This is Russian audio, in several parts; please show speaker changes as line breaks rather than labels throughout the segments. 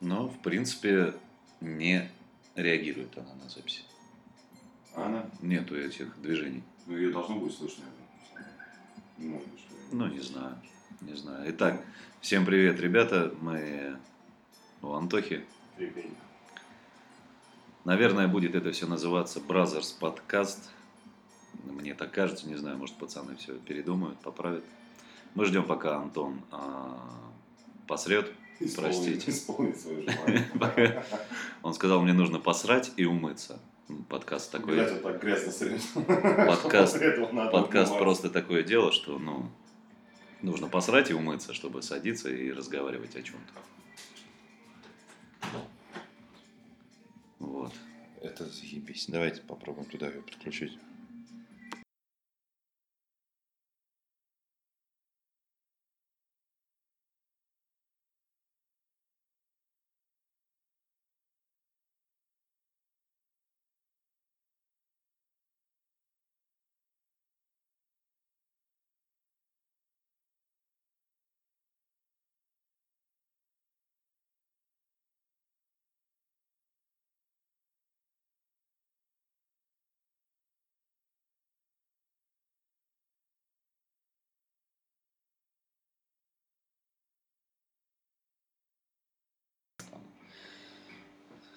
но, в принципе, не реагирует она на записи.
А она?
Нету этих движений.
Ну, ее должно будет слышно. Не может быть, что ли?
Ну, не знаю. Не знаю. Итак, всем привет, ребята. Мы у Антохи.
Прикольно.
Наверное, будет это все называться Brothers Podcast. Мне так кажется, не знаю, может, пацаны все передумают, поправят. Мы ждем, пока Антон а, посрет. Простите.
Исполнить свое желание.
Он сказал, мне нужно посрать и умыться. М, Подкаст
Блядь,
такой.
вот так грязно срез.
Подкаст-
После этого надо
Подкаст
отмываться.
просто такое дело, что, ну, нужно посрать и умыться, чтобы садиться и разговаривать о чем-то. Вот.
Это заебись. Давайте попробуем туда ее подключить.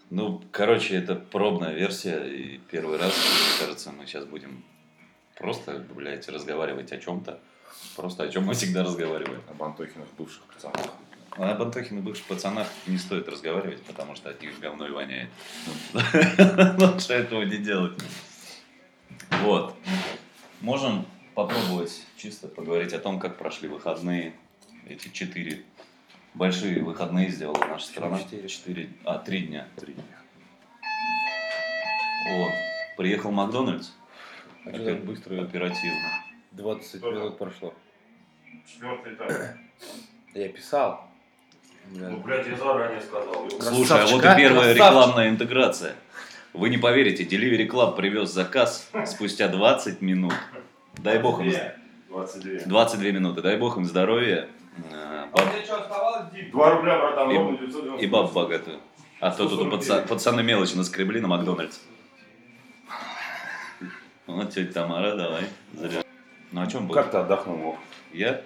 Ну, короче, это пробная версия, и первый раз, мне кажется, мы сейчас будем просто, блядь, разговаривать о чем-то. Просто о чем мы всегда разговариваем.
Об Антохинах бывших пацанах.
А об Антохиных бывших пацанах не стоит разговаривать, потому что от них говно и воняет. Лучше этого не делать. Вот. Можем попробовать чисто поговорить о том, как прошли выходные. Эти четыре большие выходные сделала наша страна.
Четыре.
Четыре. А, три дня. О, приехал Макдональдс.
А
Опер-
что так быстро?
Оперативно.
20
Тоже.
минут прошло.
Четвертый этаж.
Я писал.
Ну, блядь, я заранее сказал.
Красавчик,
Слушай, а вот и
а? Красавчик.
первая рекламная интеграция. Вы не поверите, Delivery Club привез заказ спустя 20 минут. Дай бог им...
22.
22 минуты, дай бог им здоровья. А, баб-
Два рубля, братан,
И-
ровно 990.
И баб богатую. А то тут у паца- пацаны мелочи наскребли на Макдональдс. Вот тетя Тамара, давай. заряжай. Ну о чем был?
ты отдохнул?
Я?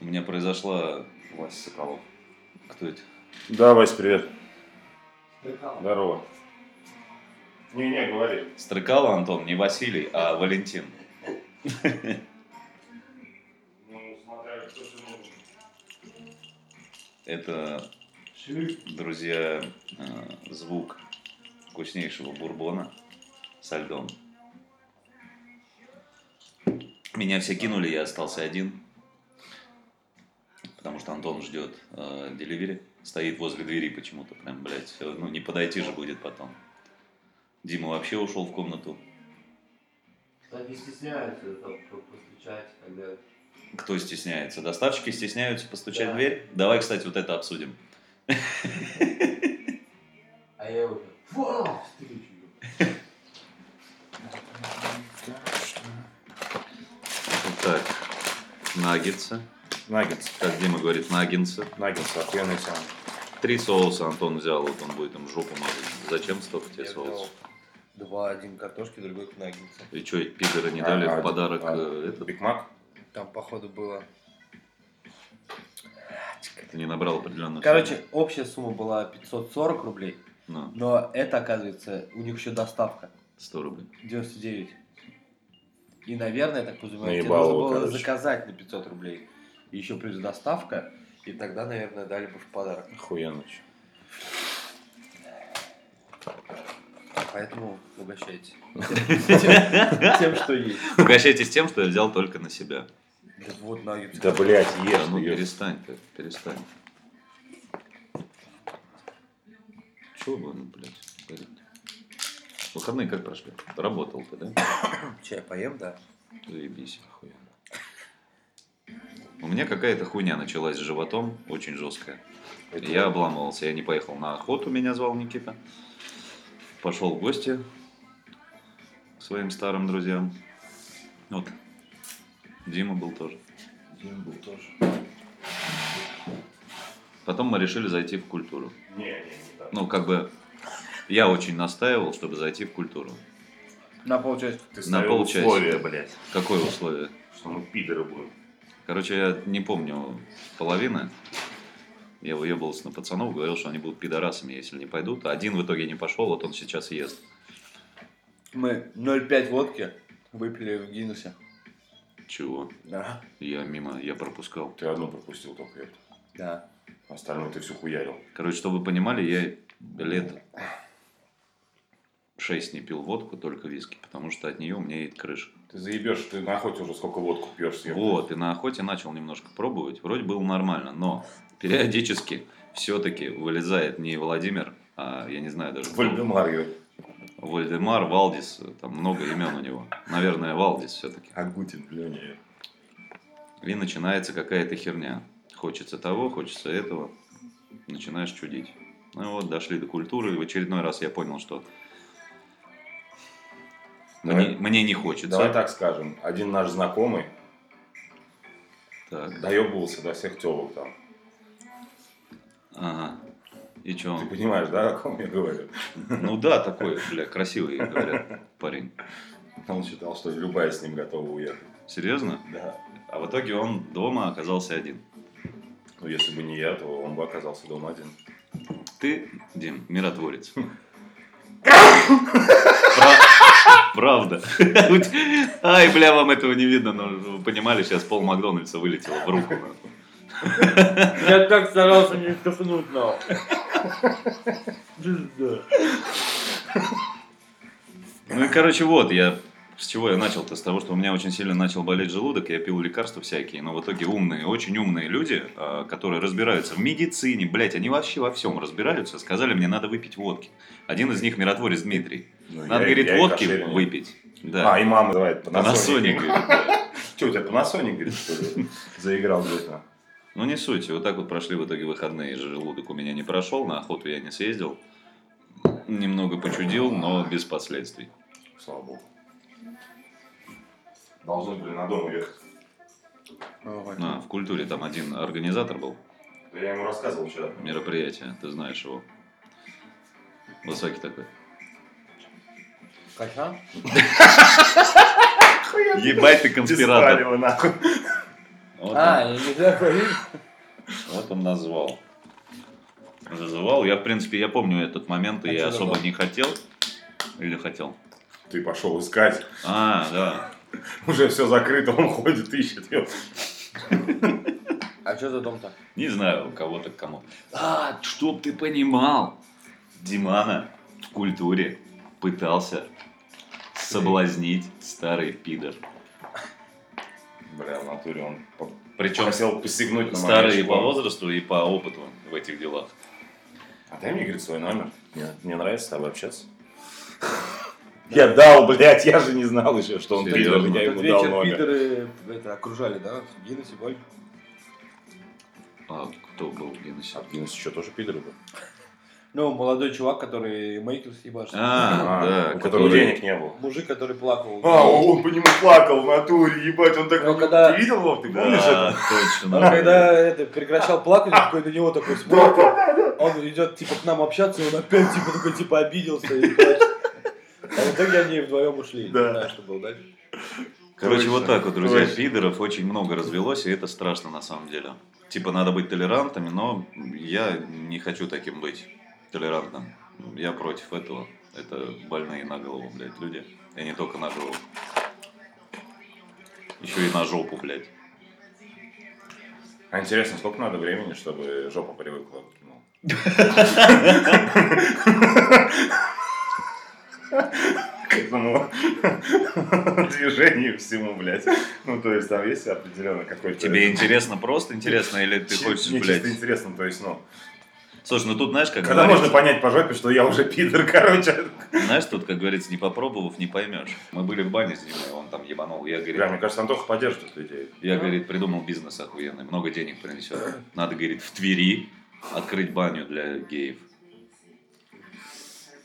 У меня произошла...
Вася Соколов.
Кто это?
Да, Вася, привет. Здорово.
Не-не, говори.
Стрыкало, Антон, не Василий, а Валентин.
Ну, смотря что ты нужен.
Это, друзья, э, звук вкуснейшего бурбона со льдом. Меня все кинули, я остался один. Потому что Антон ждет э, деливери. Стоит возле двери почему-то. Прям, блядь, э, ну не подойти же будет потом. Дима вообще ушел в комнату.
Так не стесняются там по- постучать, когда...
Кто стесняется? Доставщики стесняются постучать
Да.
в дверь? Давай, кстати, вот это обсудим.
А я уже... Фу, встречу её».
Так, наггетсы.
Наггетс.
Как Дима говорит, наггетсы.
Наггетс, охуенный сам.
Три соуса Антон взял, вот он будет им жопу мазать. Зачем столько тебе
Я взял
соусов?
Два, один картошки, другой наггетса.
И что, пидоры не дали
А,
в подарок э, этот?
Биг Мак?
Там, походу, было...
Ты не набрал
Ну,
определенную
Короче, общая сумма была 540 рублей,
сумму? На,
но это, оказывается, у них еще доставка
100 рублей.
99. И, наверное, я так подразумеваю, тебе
Наебалово,
нужно было
короче.
заказать на 500 рублей. И еще плюс доставка, и тогда, наверное, дали бы в подарок.
Охуенно. чё.
Поэтому угощайте. Тем, тем, что есть.
Угощайтесь тем, что я взял только на себя.
Да вот наггетсы.
Да, блядь,
Да
ешь,
ну
ты ешь.
перестань ты, перестань. Чего вы, ну, блядь, говорите? Выходные как прошли? Работал ты, да?
Чай поем, да?
Заебись. У меня какая-то хуйня началась с животом, очень жесткая.
Это-
Я обламывался, я не поехал на охоту, меня звал Никита. Пошел в гости к своим старым друзьям. Вот. Дима был тоже.
Дим был тоже.
Потом мы решили зайти в культуру.
Не, не, не так.
Ну, как бы я очень настаивал, чтобы зайти в культуру.
На полчасика.
Ты
на
ставил
полчасика.
условия, блядь,
Какое условие?
что мы пидоры будем.
Короче, я не помню половины. Я выебывался на пацанов, говорил, что они будут пидорасами, если не пойдут. Один в итоге не пошел, вот он сейчас ест.
Мы 0,5 водки выпили в Гиннесе.
Чего?
Да.
Я мимо, я пропускал.
Ты одну пропустил только это.
Да.
Остальное ты все хуярил.
Короче, чтобы вы понимали, я лет шесть не пил водку, только виски, потому что от нее у меня едет крыша.
Ты заебешь, ты на охоте уже сколько водку пьешь съел.
Вот, и на охоте начал немножко пробовать. Вроде было нормально, но периодически все-таки вылезает не Владимир, а я не знаю даже кто.
Вальдемар её.
Вальдемар, Валдис, там много имен у него. Наверное, Валдис все-таки.
Агутин, Леня.
И начинается какая-то херня. Хочется того, хочется этого. Начинаешь чудить. Ну вот, дошли до культуры. И в очередной раз я понял, что
Давай.
мне, мне не хочется.
Давай так скажем. Один наш знакомый
Так,
доебывался до всех телок там.
Ага. И чё?
Ты понимаешь, да, о ком я говорю?
Ну да, такой, бля, красивый, говорят, парень.
Он считал, что любая с ним готова уехать.
Серьезно?
Да.
А в итоге он дома оказался один.
Ну, если бы не я, то он бы оказался дома один.
Ты, Дим, миротворец.
Хм.
Пра- Правда. Ай, бля, вам этого не видно, но вы понимали, сейчас пол Макдональдса вылетело в руку.
Я так старался не вдохнуть, но. Пизда.
Ну и, короче, вот, я с чего я начал-то? С того, что у меня очень сильно начал болеть желудок, я пил лекарства всякие, но в итоге умные, очень умные люди, э, которые разбираются в медицине, блядь, они вообще во всем разбираются, сказали мне, надо выпить водки. Один из них миротворец Дмитрий.
Ну, я-
Надо, говорит,
я и
водки
кошерил.
выпить. Да.
А, и мама называет
Panasonic, говорит, да.
Че, у тебя Panasonic, говорит, что ли? Заиграл где-то.
Ну не суть, вот так вот прошли в итоге выходные. Желудок у меня не прошел, на охоту я не съездил. Немного почудил, но без последствий.
Слава богу. Должны были на дом уехать.
А, в культуре там один организатор был
Да я ему рассказывал вчера.
мероприятия, ты знаешь его. Высокий такой.
Качан?
Ебать ты конспиратор.
Беспалево, нахуй.
Вот,
А,
он,
не такой.
вот он назвал. Зазывал. Я, в принципе, я помню этот момент, и
А
я
чё
особо
зазывал?
не хотел. Или хотел?
Ты пошел искать.
А, да.
Уже все закрыто, он ходит, ищет. её.
А что за дом-то?
Не знаю, у кого-то к кому-то. А, чтоб ты понимал, Димана в культуре пытался соблазнить старый пидор.
Бля, в натуре он по-
Причем
хотел посягнуть на
старый и
мамочку.
по возрасту, и по опыту в этих делах.
А дай мне, говорит, свой номер. Мне, мне нравится с тобой общаться. Я дал, блядь, я же не знал еще, что он
Серьезно?
пидор, я
Этот
ему дал номер.
вечер пидоры это, окружали, да? в Гиннесе, Валь?
А кто был Геннесси?
А Гиннес еще тоже пидор был.
Ну, молодой чувак, который мейкер съебашил.
А, да,
у которого
который-
денег не было.
Мужик, который плакал.
А, он по нему плакал в натуре, ебать, он так...
Ну, когда-
Ты видел, Вов, ты помнишь это? А
Да, точно.
Он когда это, прекращал плакать, он такой на него такой смотрит, он идет типа к нам общаться, и он опять типа такой типа обиделся и плачет. А в итоге они вдвоем ушли.
Да.
Не знаю, что было дальше.
Короче, вот так вот, друзья,
Точно.
пидоров очень много развелось, и это страшно на самом деле. Типа надо быть толерантными, но я не хочу таким быть толерантным. Я против этого. Это больные на голову, блядь, люди. И не только на голову. Еще и на жопу, блядь.
А интересно, сколько надо времени, чтобы жопа привыкла к кино? К этому движению всему, блядь. Ну, то есть, там есть определенно какой-то...
Тебе интересно, просто интересно, или ты
Чи-
хочешь,
Мне чисто
блядь...
интересно, то есть, ну,
Слушай, ну тут, знаешь, как
когда
говорится,
можно понять по жопе, что я уже пидор, короче.
знаешь, тут, как говорится, не попробовав, не поймешь. Мы были в бане с Димой, он там ебанул. Я, говорит,
Бля, мне кажется, Антоха поддерживает людей.
Я, говорит, придумал бизнес охуенный, много денег принесет. Надо, говорит, в Твери открыть баню для геев.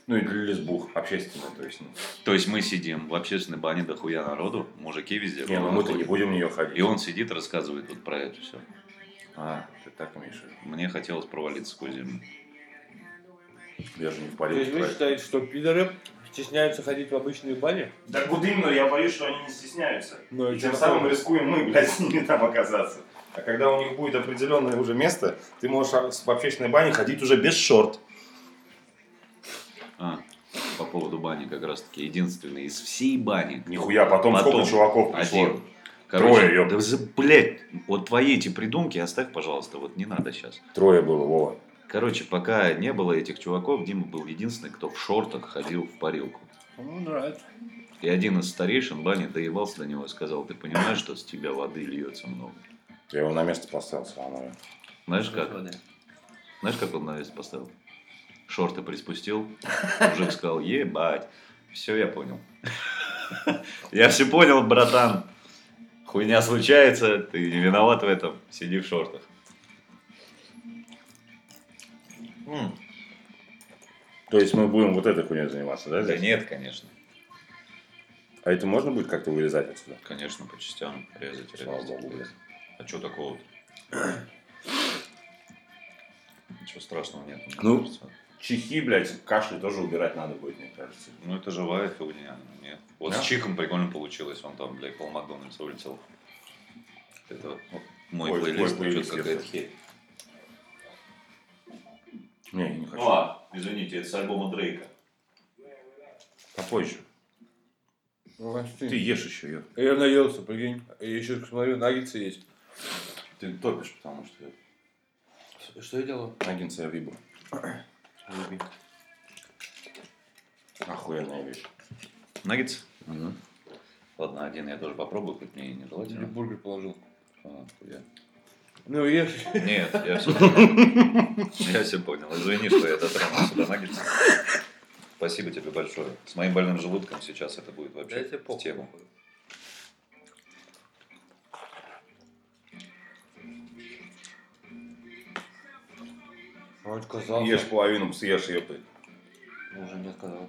Ну, и для лесбух, общественно, то есть, ну.
То есть мы сидим в общественной бане до хуя народу, мужики везде.
ну Не, ну мы-то не будем в нее ходить.
И он сидит, рассказывает вот про это все.
А, ты так умеешь.
Мне хотелось провалиться сквозь землю.
Я же не в
То есть вы
паре.
считаете, что пидоры стесняются ходить в обычные бани?
Так вот именно, я боюсь, что они не стесняются.
Ну,
И тем самым рискуем мы, блядь, с ними там оказаться.
А когда у них будет определенное уже место, ты можешь а, в общественной бане ходить уже без шорт.
А, по поводу бани как раз таки. Единственный из всей бани.
Нихуя, потом,
Потом.
сколько чуваков пришло.
Один. Короче,
Трое, ёп.
да за- блядь, вот твои эти придумки оставь, пожалуйста, вот не надо сейчас.
Трое было, Вова.
Короче, пока не было этих чуваков, Дима был единственный, кто в шортах ходил в парилку.
Ну, нравится.
И один из старейшин бани доевался до него и сказал, ты понимаешь, что с тебя воды льется много?
Я его на место поставил все равно.
Знаешь как? Знаешь, как он навес поставил? Шорты приспустил, мужик сказал, ебать, все я понял. Я все понял, братан. Хуйня случается, ты не виноват в этом, сиди в шортах.
То есть мы будем вот этой хуйней заниматься, да?
Да
здесь?
нет, конечно.
А это можно будет как-то вырезать отсюда?
Конечно, по частям резать.
Слава
резать,
богу,
резать. А что такого-то? Ничего страшного нет. мне
Ну.
кажется.
Чехи, блядь, кашель тоже убирать надо будет, мне кажется.
Ну, это живая фигня. Нет. Вот
Да?
с Чихом прикольно получилось. Он там, блядь, пол Макдональдса улетел. Это вот мой
Ой, твой
плейлист, ну,
плейлист,
чё-то какая-то
я
херь.
Не, я не хочу.
ладно, Ну, а, извините, это с альбома Дрейка.
Попозже. Ты ешь еще, ё.
Я наелся, прикинь. Я еще смотрю, наггетсы есть.
Ты топишь, потому что
Что я делал?
наггетсы я выбил. Охуенная вещь.
Наггетс? Ладно, один я тоже попробую, хоть мне и
Тебе
нежелательно.
бургер положил.
А, хуя.
Ну, ешь.
Нет, я все понял. Я все понял. Извини, что я дотронулся до наггетса. Спасибо тебе большое. С моим больным желудком сейчас это будет вообще
Да я тебе
в
похуй.
тему.
Он отказался.
Ешь половину, съешь, ёпты.
Уже не отказал.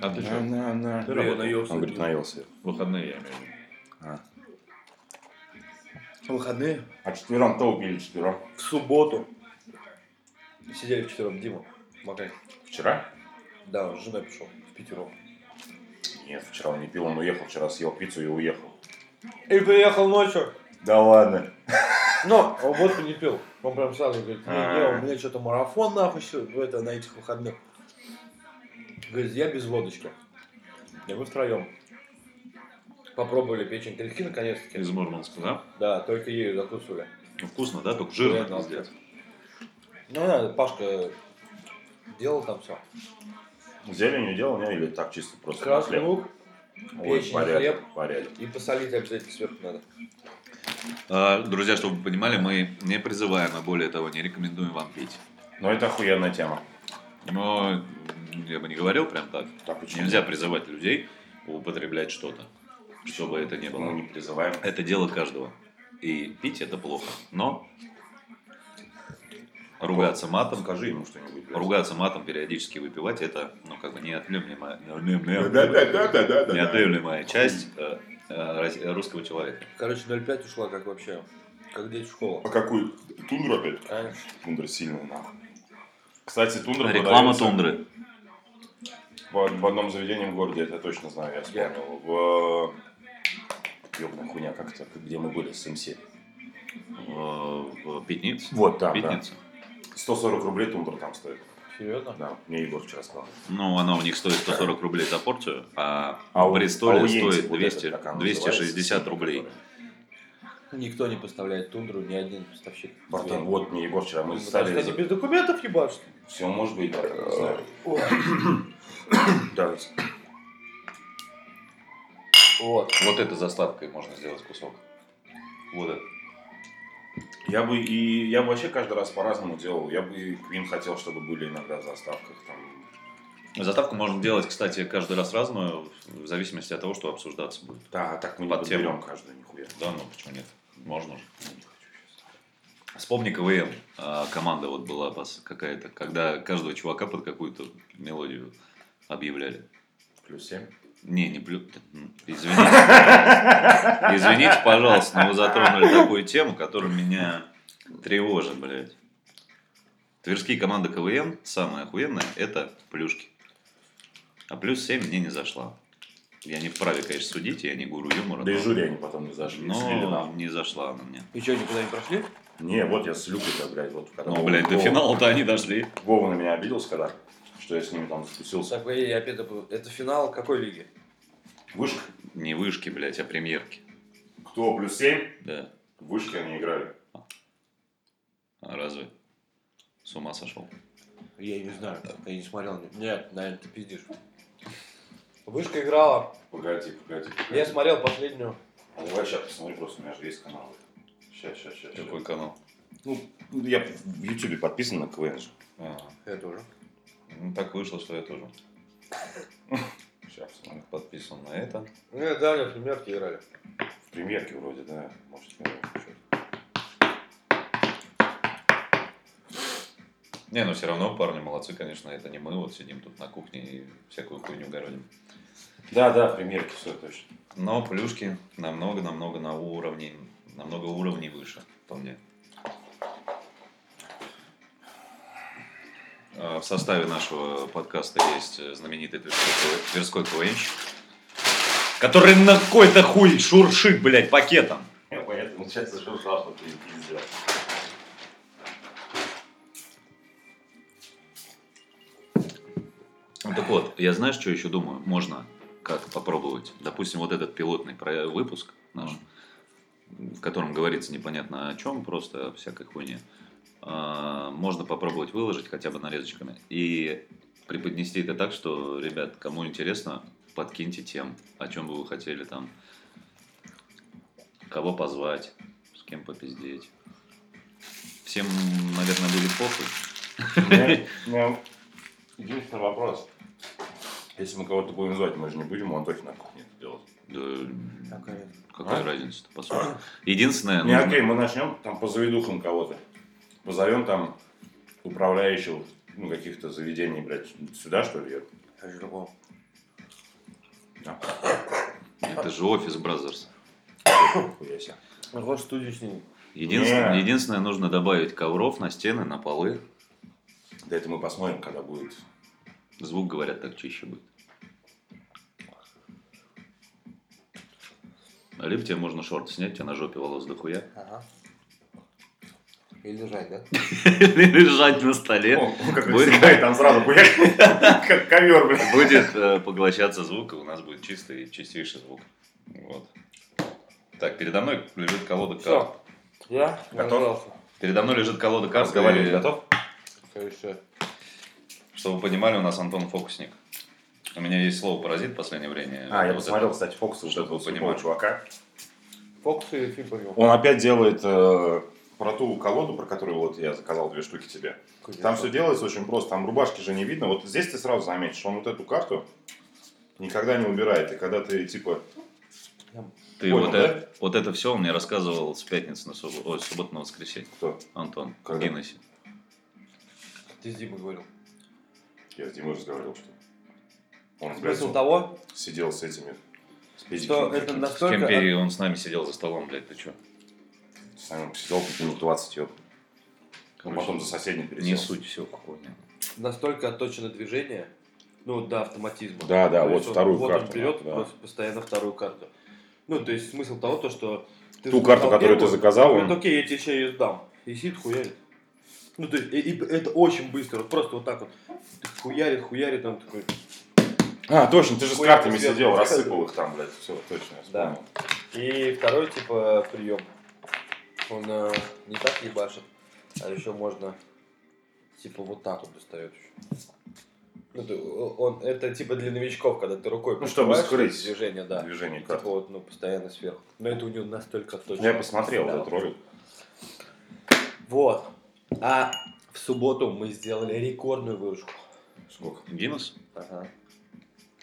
А ты что?
на, на.
Ты работал?
Он говорит, наелся.
Выходные я имею в виду.
В выходные?
А четвером то убили четвером.
В субботу. Сидели вчетвером, Дима. Макарь.
Вчера?
Да, он с женой пришел. В пятером.
Нет, вчера он не пил, он уехал. Вчера съел пиццу и уехал.
И приехал ночью.
Да ладно.
Но он водку не пил. Он прям сразу говорит, не, не,
А.
у меня что-то марафон нахуй все, это на этих выходных. Говорит, я без водочки. И мы втроем. Попробовали печень трехи наконец-таки.
Из Мурманска, да?
Да, только ею закусывали.
Ну, вкусно, да? Только жирно,
Реально,
пиздец.
Ну да, Пашка делал там все.
Зеленью делал, не? Или так чисто просто? на
Красный
хлеб?
лук
Ой,
печень,
порядок, порядок.
и посолить обязательно сверху надо.
А, Друзья, чтобы вы понимали, мы не призываем, и более того, не рекомендуем вам пить.
Но это охуенная тема.
Но м, я бы не говорил прям так.
Так почему?
Нельзя призывать людей употреблять что-то, чтобы это не
Мы
было.
не призываем.
Это дело каждого. И пить это плохо. Но ругаться матом,
Скажи ему что-нибудь. блядь.
ругаться матом, периодически выпивать, это, ну, как бы неотъемлемая,
Да-да-да-да-да-да.
неотъемлемая часть э, э, рос- русского человека.
Короче, 0,5 ушла, как вообще. Как дети в школу.
А какую? Тундру опять?
Конечно.
Тундра сильная, нахуй. Кстати, тундра
Реклама
продается
тундры.
В, в одном заведении в городе, это я точно знаю, я вспомнил. В... Ёбаная хуйня, как это, где мы были с МС.
э, в пятниц.
Вот там, да.
Пятница.
140 рублей тундра там стоит.
Серьезно?
Да, мне Егор вчера сказал.
Ну, она у них стоит 140 рублей за порцию, а,
А
в
у-
Бристоле
а у Йенти
стоит
вот
200,
этот, как она
260
называется,
рублей.
Никто не поставляет тундру, ни один поставщик.
Братан, вот мне Егор вчера, мы
Ну, потому что они
стали...
без документов ебашат.
Все может быть, братан, не знаю. Да,
Вот.
Вот это заставкой можно сделать кусок. Вот это.
Я бы и я бы вообще каждый раз по-разному делал. Я бы и Queen хотел, чтобы были иногда в заставках там.
Заставку можно делать, кстати, каждый раз разную, в зависимости от того, что обсуждаться будет.
Да, а так мы не
Под тему.
подберем каждую нихуя.
Да, ну почему нет? Можно же. Вспомни КВН. а, Команда вот была пос- какая-то, когда каждого чувака под какую-то мелодию объявляли.
Плюс 7.
Не, не блю. м, Извините. пожалуйста. Извините, пожалуйста, но вы затронули такую тему, которая меня тревожит, блядь. Тверские команды КВН, самое охуенное, это плюшки. А плюс 7 мне не зашла. Я не вправе, конечно, судить, я не гуру юмора.
Да и
но-
жюри они потом не зашли. слили
Но
нам.
не зашла она мне.
И что, никуда не прошли?
Не, вот я с Люкой-то, блядь, вот когда
Ну,
Вова-
блядь, до
Вова-
финала-то они дошли.
Вова на меня обиделся, когда, что я с ними там спустился.
Так, эй, опять забыл. Это финал какой лиги?
Вышка.
Не вышки, блядь, а премьерки.
Кто плюс 7?
Да.
В вышке они играли.
А Разве? С ума сошел.
Я не знаю, я не смотрел. Нет, наверное, ты пиздишь. Вышка играла.
Погоди, погоди.
Я смотрел последнюю.
А Давай сейчас посмотри, просто у меня же есть канал. Сейчас, сейчас, сейчас.
Какой канал?
Ну, Я в Ютубе подписан на КВН же.
Я тоже.
А, Ну, так вышло, что я тоже
Сейчас посмотрю.
подписан на это.
Нет, да, они в примерке играли.
В премьерке вроде, да. Может, я чё-то.
Не, ну все равно парни молодцы, конечно, это не мы, вот сидим тут на кухне и всякую хуйню городим.
Да, да, в премьерке все точно.
Но плюшки намного-намного на уровне, намного уровней выше, вполне. А, В составе нашего подкаста есть э, знаменитый тверской, КВ- тверской КВНщик, который на какой-то хуй шуршит, блядь, пакетом.
Я поэтому сейчас уже ушел, что ты не пиздец.
Ну, Так вот, я знаешь, что еще думаю? Можно как попробовать. Допустим, вот этот пилотный про- выпуск наш, в котором говорится непонятно о чем, просто о всякой хуйне. а, Можно попробовать выложить хотя бы нарезочками. И преподнести это так, что, ребят, кому интересно, подкиньте тем, о чем бы вы хотели там. Кого позвать, с кем попиздеть. Всем, наверное, будет похуй.
У меня- у меня Единственный вопрос. Если мы кого-то будем звать, мы же не будем, он точно на кухне это делать.
Да,
Какая?
Какая
А?
разница-то, по сути? Единственное,
Не,
нужно-
окей, мы начнем там по заведухам кого-то. Позовем там управляющих ну, каких-то заведений, блядь, сюда, что ли? её?
Жирков.
это же офис Бразерс.
Хуя себе.
Ну, хочешь студию с ним?
Единственное,
Не.
единственное, нужно добавить ковров на стены, на полы.
Да это мы посмотрим, когда будет.
Звук, говорят, так чище будет. А Либо тебе можно шорт снять, у тебя на жопе волос дохуя.
Ага. И лежать, да?
Или лежать на столе.
О, ну, как
Будет.
всегда, и там сразу, блядь, как ковер, блядь.
Будет э, поглощаться звук, и у нас будет чистый, чистейший звук. Вот. Так, передо мной лежит колода карт.
Все. Ну, Я
Готов?
нажался.
Передо мной лежит колода карт.
Разговаривать
и-
готов?
Короче,
Чтобы вы понимали, у нас Антон фокусник. У меня есть слово паразит в последнее время.
А, я
Вот
посмотрел, кстати, Фокса, вот
Чтобы
этого
вы
слепого
понимали.
чувака.
фокусы и фиг понял.
Он опять делает э, про ту колоду, про которую вот я заказал две штуки тебе. Там все делается очень просто, там рубашки же не видно. Вот здесь ты сразу заметишь, он вот эту карту никогда не убирает. И когда ты типа...
это- Ты
Понял,
вот,
да?
это, вот это все он мне рассказывал с пятницы на субботу, ой, с субботы на воскресенье.
Кто?
Антон,
Когда?
Гиннесси.
Ты с Димой говорил.
Я с Димой разговаривал, что он, блядь,
Смысл того,
сидел с этими... С
что
педиками
это
какими-то.
С кем
настолько...
пере- он с нами сидел за столом, блядь, ты чё?
С нами посидел тут минут 20, ёп. Он
Короче,
А потом за соседний пересел.
Не суть все, хуйня.
настолько отточено движение, ну до автоматизма.
Да, да,
То
вот
есть он-
вторую
вот
карту
Он берет
надо, да.
просто постоянно вторую карту. Ну, то есть смысл того, то, что... ты
Ту
же
карту,
заказал
которую ты
первую, Ну,
заказал,
говорит,
он...
окей, я тебе еще ее сдам. И сидит хуярит. Ну, то есть, и, и это очень быстро, вот просто вот так вот. Хуярит, хуярит, он такой,
А, точно, ты же с
Хуя
картами
сверху
сидел,
заказывал.
рассыпал их там, блядь. Все, точно, я
Да.
вспомнил.
И второй типа прием. Он э, не так ебашит, а еще можно типа вот так вот достает еще. Ну, ты- он, это типа для новичков, когда ты рукой
Ну, чтобы
прикрываешь
скрыть
движение, да.
Движение
Типа
карты.
вот, ну, постоянно сверху. Но это у него настолько точно.
Я посмотрел
Да.
этот ролик.
Вот. А в субботу мы сделали рекордную выручку.
Сколько?
Гиннес?
Ага.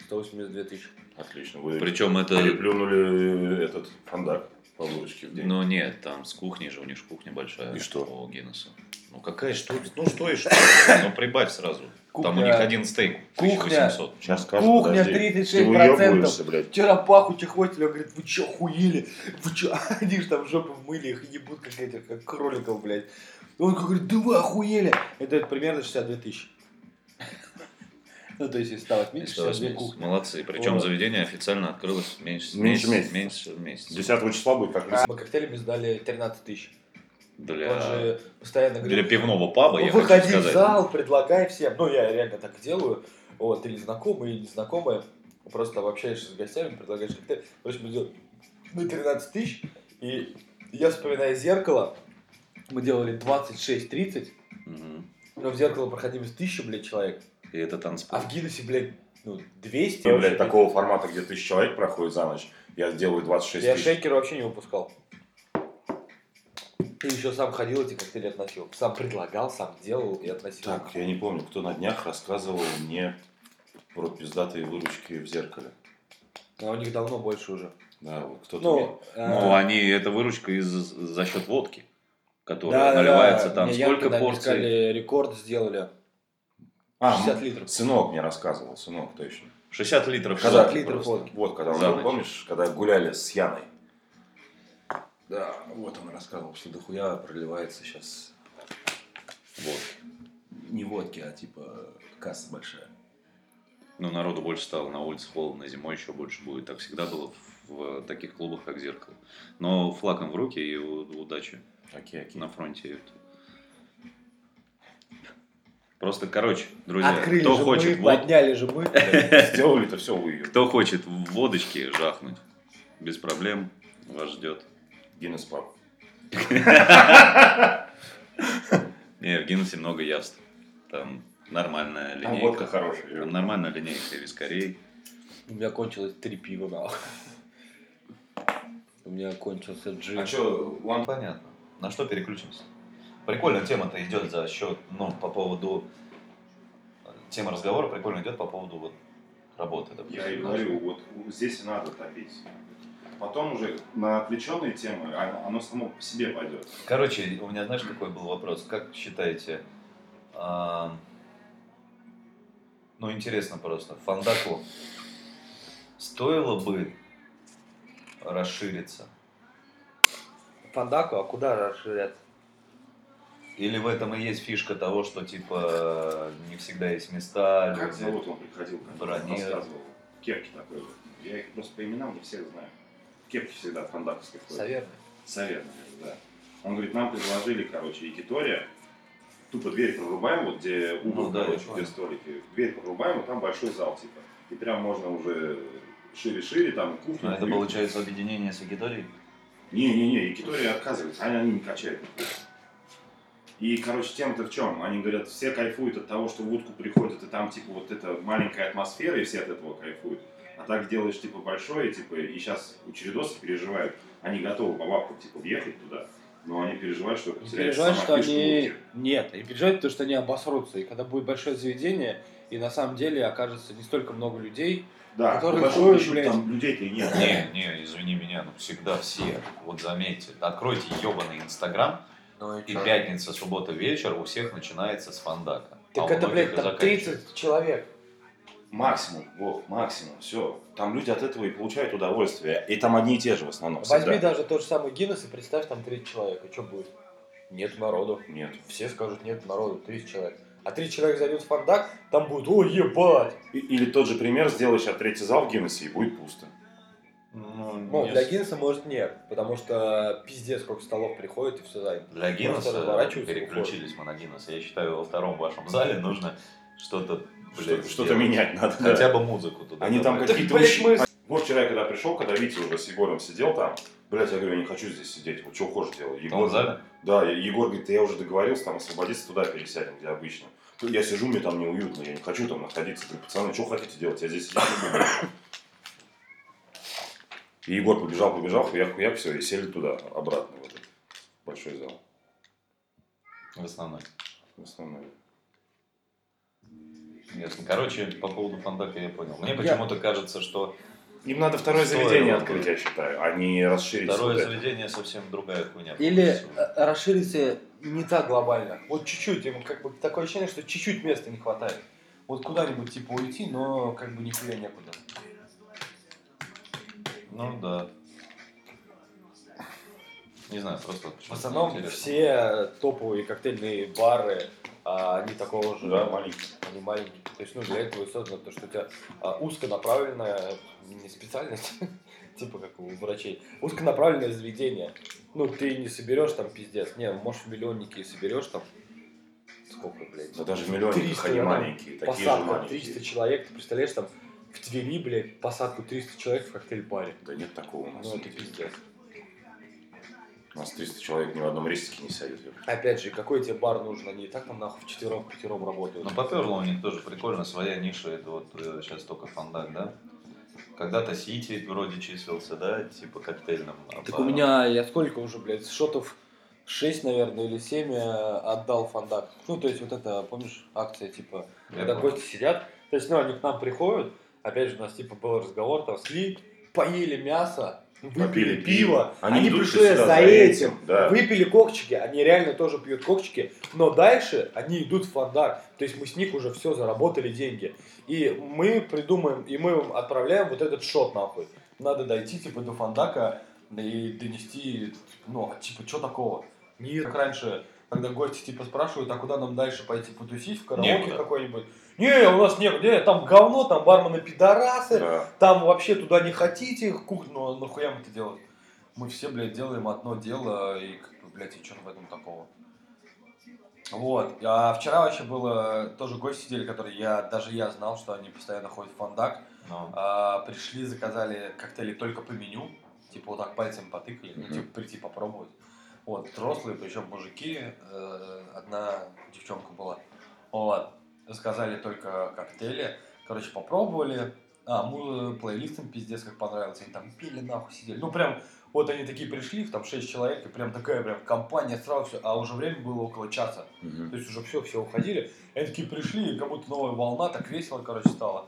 182 тысячи.
Отлично. Вы
Причем это...
переплюнули этот фандак по выручке в день.
Ну нет, там с кухней же, у них же кухня большая.
И что?
У Гиннесса. Ну какая что? Ну что и что? Ну прибавь сразу. Там у них один стейк.
Кухня.
1800.
Сейчас скажешь,
Кухня
подожди. Ты
36%.
уебываешься, блядь.
Вчера паху Чехвотелева говорит, вы чё хуели? Вы чё? Они же там жопы вмыли, их ебут как этих, как кроликов, блядь. И он как говорит, да вы охуели. Это дает примерно 62 тысячи. Ну, то есть, если стало меньше, 62 кухни.
Молодцы. Причем
Вот.
заведение официально открылось меньше,
Меньше месяца.
меньше месяца.
10 числа будет как раз.
Мы коктейлями сдали 13 тысяч. Он
Для,
же постоянно
для
говорит,
пивного
Ну,
паба, я
выходи
хочу
в
сказать.
зал, предлагай всем. Ну, я реально так делаю. Вот, или знакомые, или незнакомые. Просто общаешься с гостями, предлагаешь коктейль. В общем, мы делали на 13 тысяч. И я вспоминаю зеркало. Мы делали 26-30.
Мгм.
Но в зеркало проходимость 1000, блядь, человек.
И это
А
танцпол.
в Гидосе, блядь, ну, 200.
Я, блядь, такого формата, где тысяча человек проходит за ночь, я сделаю 26
Я
тысяч.
шейкер вообще не выпускал. И еще сам ходил эти коктейли относил. Сам предлагал, сам делал и относил.
Так, я не помню, кто на днях рассказывал мне про пиздатые выручки в зеркале.
А у них давно больше уже.
Да, вот кто-то... мне-
Ну,
Ну,
э,
они, это выручка из, за счет водки, которая
Да, да,
наливается
да.
там.
Мне
Сколько
Янки, да,
порций?
искали, рекорд сделали.
А,
60
м-
литров.
сынок мне рассказывал, сынок, кто еще?
60 литров.
60
шла.
литров
Просто.
водки.
Вот, когда он
За
был,
ночь.
помнишь, когда гуляли с Яной. Да, вот он рассказывал, что дохуя проливается сейчас
Вот.
не водки, а типа касса большая.
Ну, народу больше стало, на улице холодно, зимой еще больше будет. Так всегда было в, в таких клубах, как «Зеркало». Но флаком в руки и у- удачи.
Окей, окей.
на фронте. это. Просто, короче, друзья,
Открыли
кто
же
хочет,
мы,
вод-
подняли же мы.
Сделали-то все вы ее.
кто хочет в водочке жахнуть, без проблем вас ждет.
Гиннес пап.
Не, в Гиннесе много явств. Там
А
нормальная
Там
линейка.
водка хорошая.
Там нормальная линейка вискарей.
У меня кончилось три пива, нахуй. У меня кончился джин.
А что, вам
Понятно. На что переключимся? Прикольно тема-то идет за счет, ну, по поводу... э, Тема разговора прикольно идет по поводу вот работы,
Я
Я
и
и
говорю, вот здесь и надо топить. Потом уже на отвлеченные темы а, оно оно само по себе пойдет.
Короче, у меня, знаешь, какой был вопрос? Как считаете, ам, ну, интересно просто, Фандаку стоило бы расшириться?
Фандаку, а куда расширяться?
Или в этом и есть фишка того, что, типа, не всегда есть места,
Как
люди-
зовут он приходил, который
Бронир.
рассказывал? Кепки такой вот. Я их просто по именам не всех знаю. Кепки всегда от фандаковских ходят.
Саверна.
Совет, да. Он говорит, нам предложили, короче, якитория. Тупо дверь прорубаем, вот где угол,
Ну да, я
короче, где
понял.
столики. Дверь прорубаем, и там большой зал, типа. И прям можно уже шире-шире, там кухня.
Ну, это получается объединение с Акиторией?
Не-не-не, якитория отказывается, они, они не качают. И, короче, тема-то в чем? Они говорят, все кайфуют от того, что в утку приходят, и там, типа, вот эта маленькая атмосфера, и все от этого кайфуют. А так делаешь, типа, большое, типа, и сейчас у чередосы переживают, они готовы по бабкам, типа, въехать туда, но они переживают, что
Не
потеряется
переживай,
сама
что
фишка
они...
утки.
Нет, не переживай, потому что они обосрутся. И когда будет большое заведение, и на самом деле окажется не столько много людей,
Да,
которые
большое
ходят,
еще
блядь.
там людей-то и нет.
Не, не, извини меня, но всегда все. Вот заметьте, откройте ебаный Инстаграм,
Ну, и
и
чё?
пятница, суббота, вечер у всех начинается с Фандака. А
Так это, блядь, там 30 человек.
Максимум, бог, максимум, все. Там люди от этого и получают удовольствие. И там одни и те же в основном.
Возьми
всегда.
даже тот же самый Гиннес и представь там 30 человек. И что будет? Нет народу.
Нет.
Все скажут, нет народу, 30 человек. А 30 человек зайдет в фандак, там будет, о, ебать!
И- Или тот же пример сделаешь, а третий зал в Гиннессе и будет пусто.
Ну, для Гиннесса, может, нет, потому что пиздец, сколько столов приходит и все занято.
Для
Просто
Гиннесса
разворачиваются и
переключились мы на Гиннесса. Я считаю, во втором вашем зале нужно что-то,
Что-
блядь,
Что-то
сделать.
менять надо. да.
Хотя бы музыку туда.
Они там
добавить.
какие-то
блядь,
ущи- Вот вчера, я когда пришел, когда Витя уже с Егором сидел там, блядь, я говорю, я не хочу здесь сидеть, вот что хочешь делать.
В том зале?
Да, и Егор говорит, «Да я уже договорился, там освободиться, туда пересядем, где обычно. Я сижу, мне там неуютно, я не хочу там находиться. Я говорю, пацаны, что хотите делать, я здесь сижу. И Егор побежал, побежал, хуяк, хуяк, все, и сели туда, обратно в этот большой зал.
В основном.
В основном.
Ясно. Короче, по поводу Фандака я понял. Мне почему-то кажется, что
Им надо второе
Стоило
заведение
бы.
открыть, я считаю, а не расширить.
второе
вот это.
заведение совсем другая хуйня.
Или
получится.
э, расшириться не так глобально. Вот чуть-чуть, им как бы такое ощущение, что чуть-чуть места не хватает. вот куда-нибудь типа уйти, но как бы нихуя некуда.
Ну да. Не знаю, просто...
В
почему-то
основном
интересно.
все топовые коктейльные бары, а, они такого же,
Да, маленький.
они маленькие. То есть, ну, для этого и создано то, что у тебя а, узконаправленная, не специальность, типа как у врачей, узконаправленное заведение. Ну, ты не соберешь там пиздец, не, может, миллионники и соберешь там, сколько, блядь,
Да даже миллионниках
300,
они
да.
маленькие, такие же
посадка 300
маленькие.
человек, ты представляешь, там в Твери, блядь, посадку 300 человек в коктейль-баре.
Да нет такого у нас.
Ну, это пиздец.
У нас 300 человек ни в одном рестике не сядет. ёпта.
Опять же, какой тебе бар нужен? Они и так там нахуй вчетвером, пятером работают.
Ну, поперло у них тоже прикольно, своя ниша, это вот сейчас только фандак, да? Когда-то Сити вроде числился, да, типа коктейльным.
Так у
баром.
меня, я сколько уже, блядь, шотов 6, наверное, или 7 отдал фандак. Ну, то есть, вот это, помнишь, акция, типа,
Я
когда
помню.
гости сидят, то есть, ну, они к нам приходят, опять же, у нас, типа, был разговор, там, сли, поели мясо, выпили
Попили
пиво, они,
идут
пришли
сюда
за этим,
Да.
выпили кокчики, они реально тоже пьют кокчики, но дальше они идут в фандар, то есть мы с них уже все заработали деньги, и мы придумаем, и мы им отправляем вот этот шот нахуй, надо дойти типа до фандака и донести, ну, а, типа, что такого? Не как раньше, когда гости типа спрашивают, а куда нам дальше пойти потусить, в караоке
Некуда.
какой-нибудь? Не, у нас некуда, не, там говно, там бармены пидорасы,
Да.
там вообще туда не хотите, кухню, ну нахуя мы это делаем? Мы все, блядь, делаем одно дело, и, как бы, блядь, и черт в этом такого. Вот. А вчера вообще было, тоже гости сидели, которые я, даже я знал, что они постоянно ходят в фандак.
Ну,
А, пришли, заказали коктейли только по меню. Типа вот так пальцем потыкали, ну,
Мгм.
типа прийти попробовать. Вот, взрослые, причем мужики, э, одна девчонка была. Вот, заказали только коктейли. Короче, попробовали. А, мы плейлистом пиздец как понравилось. Они там пили нахуй сидели. Ну прям, вот они такие пришли, там 6 человек, и прям такая прям компания сразу все. А уже время было около часа.
Мгм.
То есть уже все, все уходили. И Они такие пришли, и как будто новая волна, так весело, короче, стало.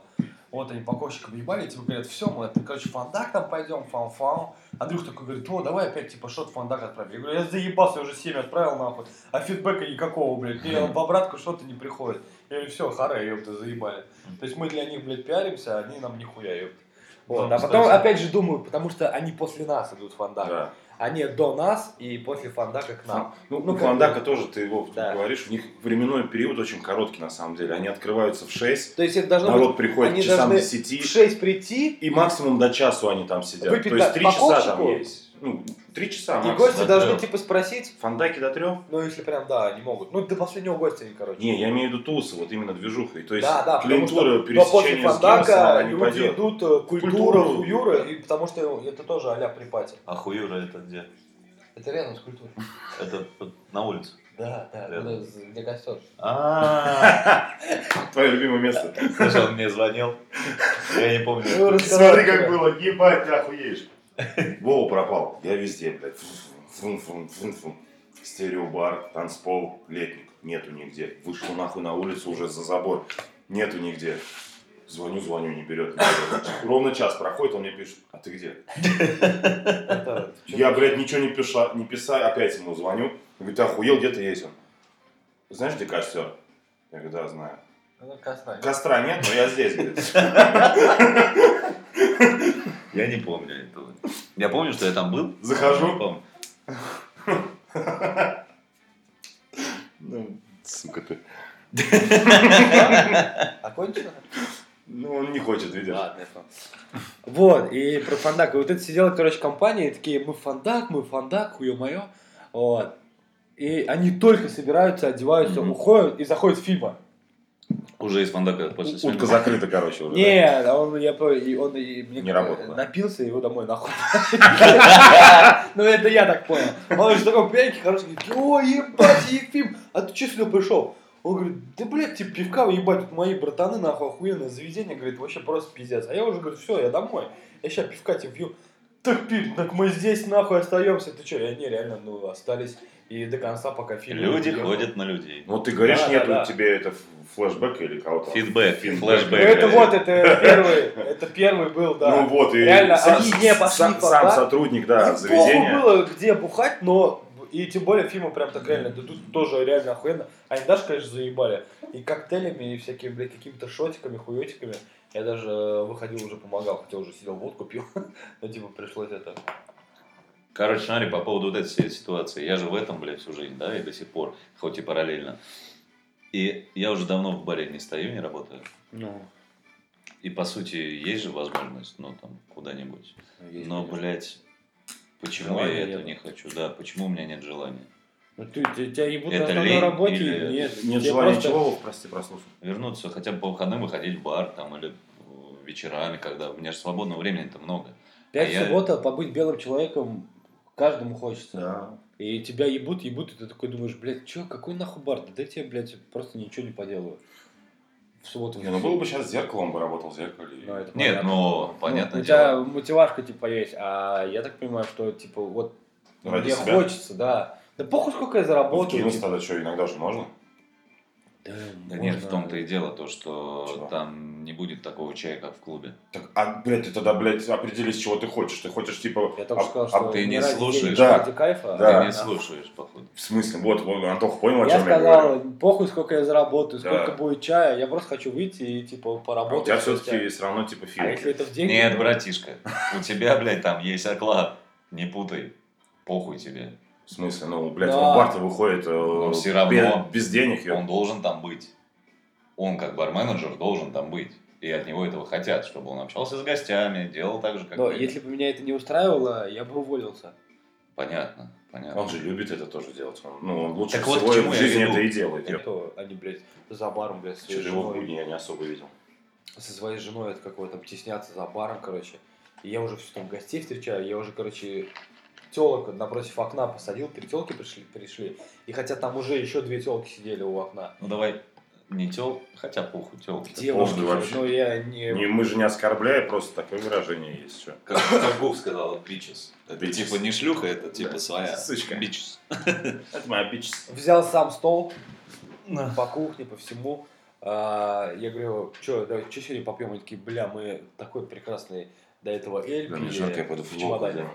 Вот они упаковщиков ебали, и, типа говорят, все, мы, это, короче, фандак там пойдем, фан-фан. Андрюх такой говорит, о, давай опять, типа, шот фандак отправим. Я говорю, я заебался, я уже 7 отправил, нахуй, а фидбэка никакого, блядь, мне в обратку что-то не приходит. Я говорю, все, хара, ёпта, заебали. То есть мы для них, блядь, пиаримся, а они нам нихуя, ёпта. Вот,
Да,
а потом,
кстати.
опять же, думаю, потому что они после нас идут в фандак.
Да.
Они до нас и после фандака к нам.
Ну,
ну, как
Фандака тоже, ты его
Да.
говоришь, у них временной период очень короткий на самом деле. Они открываются в 6,
То есть это должно быть
народ приходит
они
к часам
должны
к
в
10,
6 прийти,
и максимум до часу они там сидят.
Выпить
То есть
по-
3
по
часа там
ковчику?
есть. Ну, 3 часа
И
максимум.
гости
до
должны
трёх.
типа спросить,
Фандаки до 3?
ну если прям да, они могут. Ну до последнего гостя они, короче.
Не, я имею в виду тусы, вот именно движухой. То есть
да, да, потому
клиентура
что но после
пересечения с Гиннесом,
фандака
она не
люди
пойдет.
идут э, культура,
Культура.
хуюра, и потому что ну, это тоже а-ля припати.
а хуюра это где?
Это рядом с культурой.
Это под- на улице.
Да, да,
Рядом.
ну, з- для костер.
А,
Твое любимое место.
слушай, он мне звонил. Я не помню.
Ну, рассказал
Смотри, как
вчера.
было, ебать, ты охуеешь.
Вова пропал. Я везде, блядь. Фун-фун-фун-фун. Стереобар, танцпол, летник. Нету нигде. Вышел нахуй на улицу уже за забор. Нету нигде. Звоню, звоню, не берет. не берет. Ровно час проходит, он мне пишет, а ты где?
Это чё-
Я, блядь, ничего не, пиша, не писаю, опять ему звоню. Он говорит, ты охуел, где ты есть? Он, знаешь, где костер? Я говорю, да, знаю.
Ну, костра.
Костра нет, но я здесь, говорит.
Я не помню этого. Я помню, что я там был.
Захожу.
Помню.
Ну, сука ты.
Окончено?
Ну, он не хочет, видишь.
Ладно, я понял. Вот, и про фандак. И вот это сидела, короче, компания, и такие, мы фандак, мы фандак, хуе мое. Вот. И они только собираются, одеваются,
Мгм.
уходят и заходит Фиба.
Уже из фандака после
Утка
свиньи.
закрыта, короче, уже.
Не, а он, я, по- и он и мне
Не работал, да?
напился, и его домой нахуй. Ну, это я так понял. Он же такой пьяненький, хороший, говорит, о, ебать, Ефим, а ты че сюда пришел? Он говорит, да, блядь, тебе пивка, ебать, тут мои братаны, нахуй, охуенное заведение, говорит, вообще просто пиздец. А я уже, говорю, все, я домой, я сейчас пивка тебе пью. Так, пив, так мы здесь, нахуй, остаемся, ты че? И они реально, ну, остались и до конца, пока фильм. не
Люди
уехал.
ходят на людей.
Вот Ну, ты говоришь,
Да, да,
нету
да.
тебе это флешбэк или кого-то.
Фидбэк,
Фидбэк.
Ну,
флешбэк.
это вот, это первый, это первый был, да.
Ну вот, и
Реально,
сам,
они не пошли
сам,
пока.
сам сотрудник, да,
Им
заведения.
похуй было, где бухать, но И тем более фильмы прям так реально дадут, тоже реально охуенно. Они даже, конечно, заебали. И коктейлями, и всякими, блядь, какими-то шотиками, хуётиками. Я даже э, выходил, уже помогал, хотя уже сидел водку пил. Но типа пришлось это...
Короче, смотри, по поводу вот этой всей ситуации. Я же в этом, блядь, всю жизнь, да, и до сих пор, хоть и параллельно. И я уже давно в баре не стою, не работаю.
Ну,
И, по сути, есть же возможность, ну, там, куда-нибудь. Но, блядь, почему
Желания
я это
нет.
не хочу? Да, почему у меня нет желания?
Ну, ты, ты- тебя ебут
Это
на основной
лень
работе?
или-
Нет,
Нет
тебе
желания
просто-
чего, Вов, прости, проснулся.
Вернуться хотя бы по выходным выходить в бар, там, или э, вечерами, когда... У меня же свободного времени-то много.
Пять
А я-
суббота побыть белым человеком каждому хочется.
Да.
И тебя ебут, ебут, и ты такой думаешь, блядь, чё, какой нахуй бар? Да я тебе, блядь, просто ничего не поделаю. В субботу.
Не, ну было бы сейчас зеркалом бы работал, зеркале.
Ну, это
Нет,
понятно.
ну, понятное
у тебя
дело.
мотивашка, типа, есть, а я так понимаю, что, типа, вот
Ну,
Ради
мне
себя.
хочется, да. Да похуй, сколько я
Ну,
а
в
заработаю.
кино
типа.
тогда что, иногда же можно?
Да,
Да нет,
можно.
в том-то и дело, то, что
Чего?
там не будет такого чая, как в клубе.
Так, а, блядь, ты тогда, блядь, определись, чего ты хочешь. Ты хочешь, типа...
Я только
а-
сказал,
а
что
ты
не
не
ради
слушаешь.
денег,
Да.
ради кайфа.
Да.
Ты не слушаешь, походу.
В смысле? Вот, вот Антох понял, о
Я
чем я
сказал,
говорю.
похуй, сколько я заработаю,
Да.
сколько будет чая, я просто хочу выйти и, типа,
А у
поработать.
тебя
То есть,
все-таки все равно, типа,
а
фильм.
если это в деньги...
Нет,
ну,
братишка, у тебя, блядь, там есть оклад. Не путай. Похуй тебе.
В смысле? Ну, блядь,
Да.
он в бар-то выходит э,
всё равно.
без, без денег.
Он
ё-
должен там быть. Он, как бар-менеджер, должен там быть. И от него этого хотят, чтобы он общался с гостями, делал так же, как
Но
ты.
ну, если бы меня это не устраивало, я бы уволился.
Понятно, понятно.
Он же любит это тоже делать. Он, ну, он лучше
Так вот
всего
к чему
в
я
жизни
веду.
это и делает.
Типа.
А
ё-
Это они, блядь, за баром, блядь, своей
Чужого в
женой.
будни я не особо видел.
со своей женой это какое-то обтесняться за баром, короче. И я уже все там гостей встречаю, я уже, короче, телок напротив окна посадил, три телки пришли, пришли. И хотя там уже еще две телки сидели у окна.
Ну давай, не тел, хотя похуй, тел.
похуй вообще.
ну,
но я не...
Не, мы же не оскорбляем, просто такое выражение есть. Все.
Как, как Гуф сказал, бичес. Это
Bitches.
типа не шлюха, это типа
Да.
своя.
Сучка.
Bitches.
Это моя пичество.
Взял сам стол по кухне, по всему. А, я говорю, что, давай, что сегодня попьем? Они такие, бля, мы такой прекрасный до этого эль
Да, мне
пили
жарко, я пойду
в
футболку
чемодане.
одену.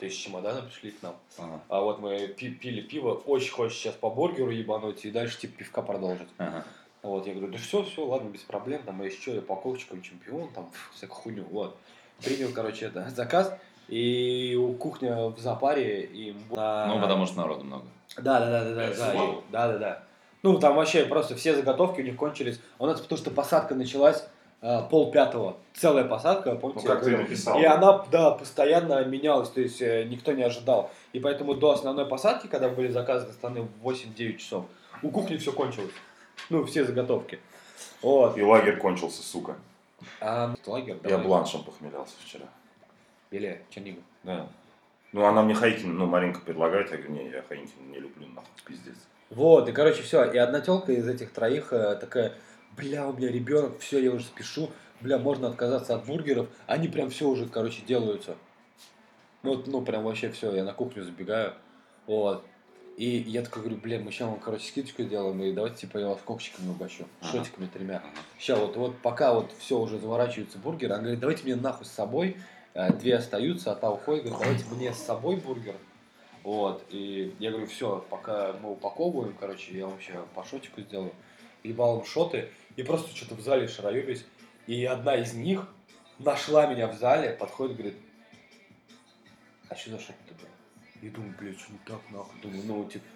То есть с чемодана пришли к нам.
Ага.
А вот мы пи- пили пиво, очень хочется сейчас по бургеру ебануть и дальше типа пивка продолжить. А
Ага.
Вот, я говорю, да все, все, ладно, без проблем, там, еще что, я по ковчикам чемпион, там, фу, всякую хуйню, вот. Принял, короче, это, заказ, и у кухня в запаре, и... А.
Ну, потому что народу много.
Да, да, да, да, да, да, и- да, да, да. Ну, там вообще просто все заготовки у них кончились. А У нас потому что посадка началась а, пол пятого, целая посадка,
Ну,
помните? я
как ты
говорил?
написал.
И она, да, постоянно менялась, то есть э, никто не ожидал. И поэтому до основной посадки, когда были заказы стороны в 8-9 часов, у кухни все кончилось. Ну, все заготовки. Вот.
И лагерь кончился, сука.
А, лагерь,
Я бланшем похмелялся вчера.
Или Чернигов.
Да. Ну, она мне Хайкин, ну, Маринка предлагает, я говорю, не, я Хайкин не люблю, нахуй, пиздец.
Вот, и, короче, все. И одна телка из этих троих э, такая, бля, у меня ребенок, все, я уже спешу, бля, можно отказаться от бургеров. Они прям все уже, короче, делаются. Ну, вот, ну, прям вообще все, я на кухню забегаю. Вот. И я такой говорю, блин, мы сейчас вам, короче, скидочку сделаем, и давайте, типа, я вас кокчиками угощу,
Ага.
шотиками тремя.
Ага.
Сейчас вот, вот пока вот все уже заворачиваются бургеры, она говорит, давайте мне нахуй с собой, Э, две остаются, а та уходит, говорит, давайте мне с собой бургер. Вот, и я говорю, все, пока мы упаковываем, короче, я вообще по шотику сделаю, ебал им шоты, и просто что-то в зале шароебись, и одна из них нашла меня в зале, подходит, говорит, а что за шоты-то были? Я думаю, бля, что не так, нахуй, думаю, ну, типа,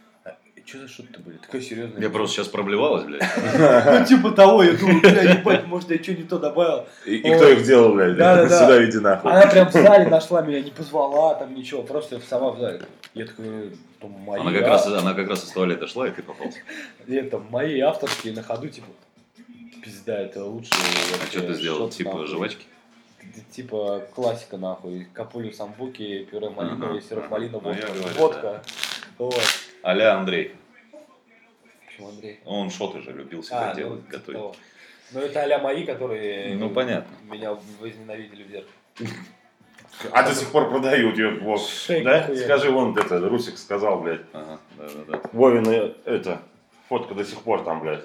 что за шоты-то были? Такая серьезная.
Я просто сейчас проблевалась, блядь.
Ну, типа того, я думаю, бля, ебать, может, я что не то добавил.
И,
и кто их
делал, блядь?
Да-да-да. Сюда
иди нахуй.
Она прям в зале нашла меня, не позвала, там ничего, просто сама в зале. Я такой, это мои,
Она как,
а-
раз, она как раз из туалета шла, и ты попался.
это мои авторские на ходу, типа, пизда, это лучше.
А что ты сделал? Типа жвачки?
Типа классика, нахуй, капули в самбуке, пюре малиновое,
Ага,
сироп
ага.
малиновый,
Ну, я
водка.
говорю,
водка. Вот.
Аля Андрей.
Почему, Андрей?
Он шоты же любил
А,
себе
ну,
делать,
типа
готовить.
того. Ну, это а мои, которые
Ну, понятно.
меня возненавидели в зеркале.
А до сих пор продают ее, Вов.
Шейк
Да?
охуенный.
Скажи, вон это, Русик сказал, блядь. э,
Ага, да-да-да.
Вовина, это, фотка до сих пор там, блядь.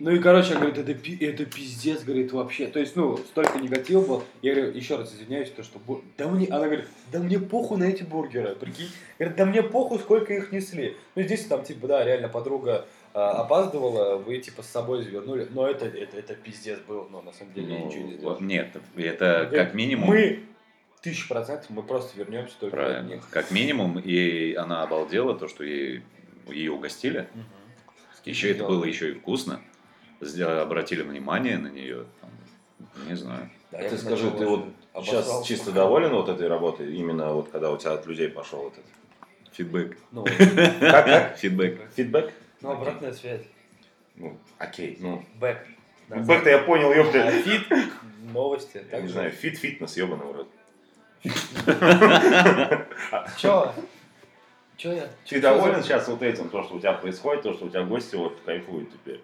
Ну и, короче, он говорит, это, пи- это пиздец, говорит, вообще. То есть, ну, столько негатива было. Я говорю, еще раз извиняюсь, то, что... бу- Да мне... Она говорит, да мне похуй на эти бургеры, прикинь. Говорит, да мне похуй, сколько их несли. Ну, здесь там, типа, да, реально подруга э, опаздывала, вы, типа, с собой завернули. Но это, это, это пиздец был, но на самом деле
Ну,
ничего не
вот
сделаешь.
Нет, это
Э,
как минимум.
Мы тысячу процентов, мы просто вернемся только от
Правильно.
них.
Как минимум, и она обалдела то, что ей ее угостили. Еще это было еще и вкусно. Сдел- Обратили внимание на нее. не знаю.
Да,
А
я
ты
бы
скажи,
сначала
ты вот
обосрался.
сейчас чисто доволен вот этой работой, именно вот когда у тебя от людей пошел этот
Фидбэк.
Ну,
А
Как, как?
Фидбэк.
фидбэк?
ну, обратная связь.
Ну, окей, ну.
Бэк. Да.
Фидбэк-то я понял,
А
ёпта.
фит, новости.
Я не
Так
знаю, фит-фитнес, ёбаный в рот.
Чё? Чё я?
Ты доволен сейчас вот этим, то, что у тебя происходит, то, что у тебя гости вот кайфуют теперь?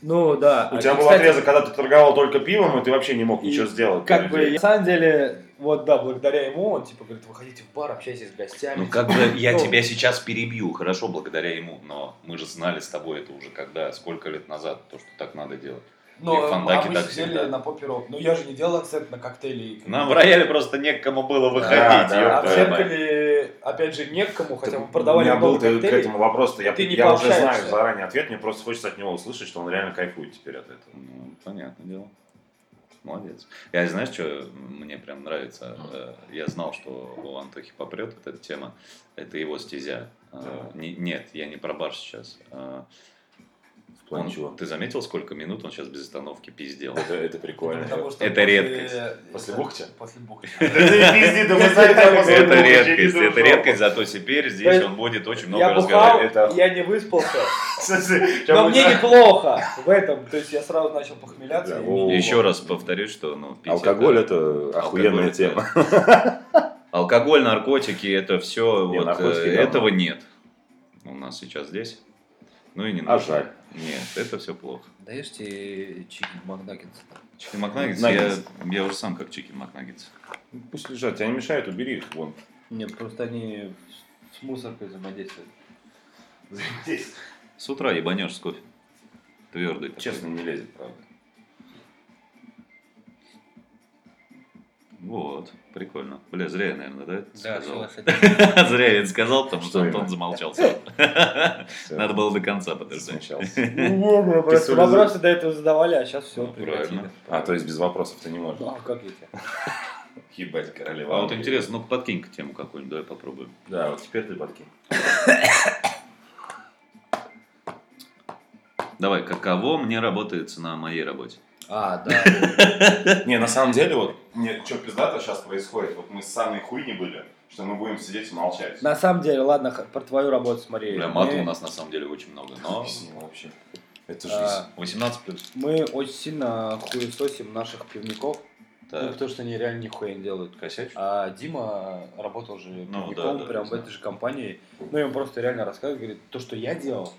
Ну, да.
У тебя был отрезок, когда ты торговал только пивом, и ты вообще не мог ничего сделать. для
Как бы,
людей.
я- на самом деле, вот, да, благодаря ему, он, типа, говорит, выходите в бар, общайтесь с гостями.
Ну как бы я
Ну.
тебя сейчас перебью, хорошо, благодаря ему, но мы же знали с тобой это уже когда, сколько лет назад, то, что так надо делать.
Ну,
И в
а
Фандаке
мы
так
сидели
всегда.
на поперов. Ну, я же не делал акцент на коктейли. и-
Нам в рояле просто некому было выходить.
да,
ёб
А в
да,
твою мать.
зеркале, опять же, не к кому, хотя
Так
мы продавали
У меня был
много
к к
коктейлей.
этому вопрос, я,
Ты не
я уже знаю
пообщаешься.
заранее ответ, мне просто хочется от него услышать, что он реально кайфует теперь от этого.
Ну, понятное дело. Молодец. Я знаешь, что мне прям нравится? Э, Я знал, что у Антохи попрет вот эта тема. Это его стезя. Э, не- Нет, я не про бар сейчас. Э,
В
он-
плане чего?
Ты заметил, сколько минут он сейчас без остановки пиздел?
Это, это прикольно.
Потому что
Это
после-
редкость.
После бухти?
После бухти.
Да ты пизди, да мы сами там
Это
посмотрим,
редкость,
через
это
жопу.
редкость, зато теперь здесь
Это-
он будет очень много
Я бухал,
разговаривать.
Это-
я не выспался,
Слушай, сейчас
но
будет
мне
так.
неплохо в этом. То есть я сразу начал похмеляться.
Да,
и
во,
мне
во,
не-
Еще раз повторюсь, что ну, пить
Алкоголь это охуенная
алкоголь
тема.
это- Алкоголь, наркотики, это все,
Не,
вот,
наркотики
э,
говно.
этого нет у нас сейчас здесь. Ну и не
А
нужно.
жаль.
Нет, это все плохо.
Даешь тебе чикен Макдакинс?
Чикен Макнаггетс, я,
Наггетс.
я уже сам как Чикен Макнаггетс.
Пусть лежат, тебя не мешают, убери их вон.
Не, просто они с мусоркой взаимодействуют.
Здесь.
С утра ебанешь с кофе. Твердый. такой.
Честно, не лезет, правда.
Вот, прикольно. Бля, зря я, наверное, да, это
Да,
сказал?
всё,
Зря я это сказал, потому что
Что
Антон
именно?
замолчался.
Всё,
Надо было до конца подождать.
засмущался.
Не, мы Ну, просто
солидно.
вопросы до этого задавали, а сейчас все
Ну, правильно.
прекратили.
А, то есть без вопросов ты не можешь.
Ну, а как я тебе?
Ебать, королева.
А вот интересно, ну подкинь-ка тему какую-нибудь, давай попробуем.
Да, вот теперь ты подкинь.
Давай, каково мне работается на моей работе?
А, да.
Не, на самом деле вот... Нет, что пиздато сейчас происходит? Вот мы с самой хуйни были, что мы будем сидеть и молчать.
На самом деле, ладно, х- про твою работу смотри.
Бля, мата у нас на самом деле очень много, но
Ну, Объясни вообще. Это
А,
жизнь.
18 плюс.
Мы очень сильно хуесосим наших пивников, ну,
Так,
потому что они реально нихуя не делают.
косячу.
А Дима работал же
Ну,
пивником
да, да,
прям в
знаю.
этой же компании. Ну, и он просто реально рассказывает, говорит, то, что я делал,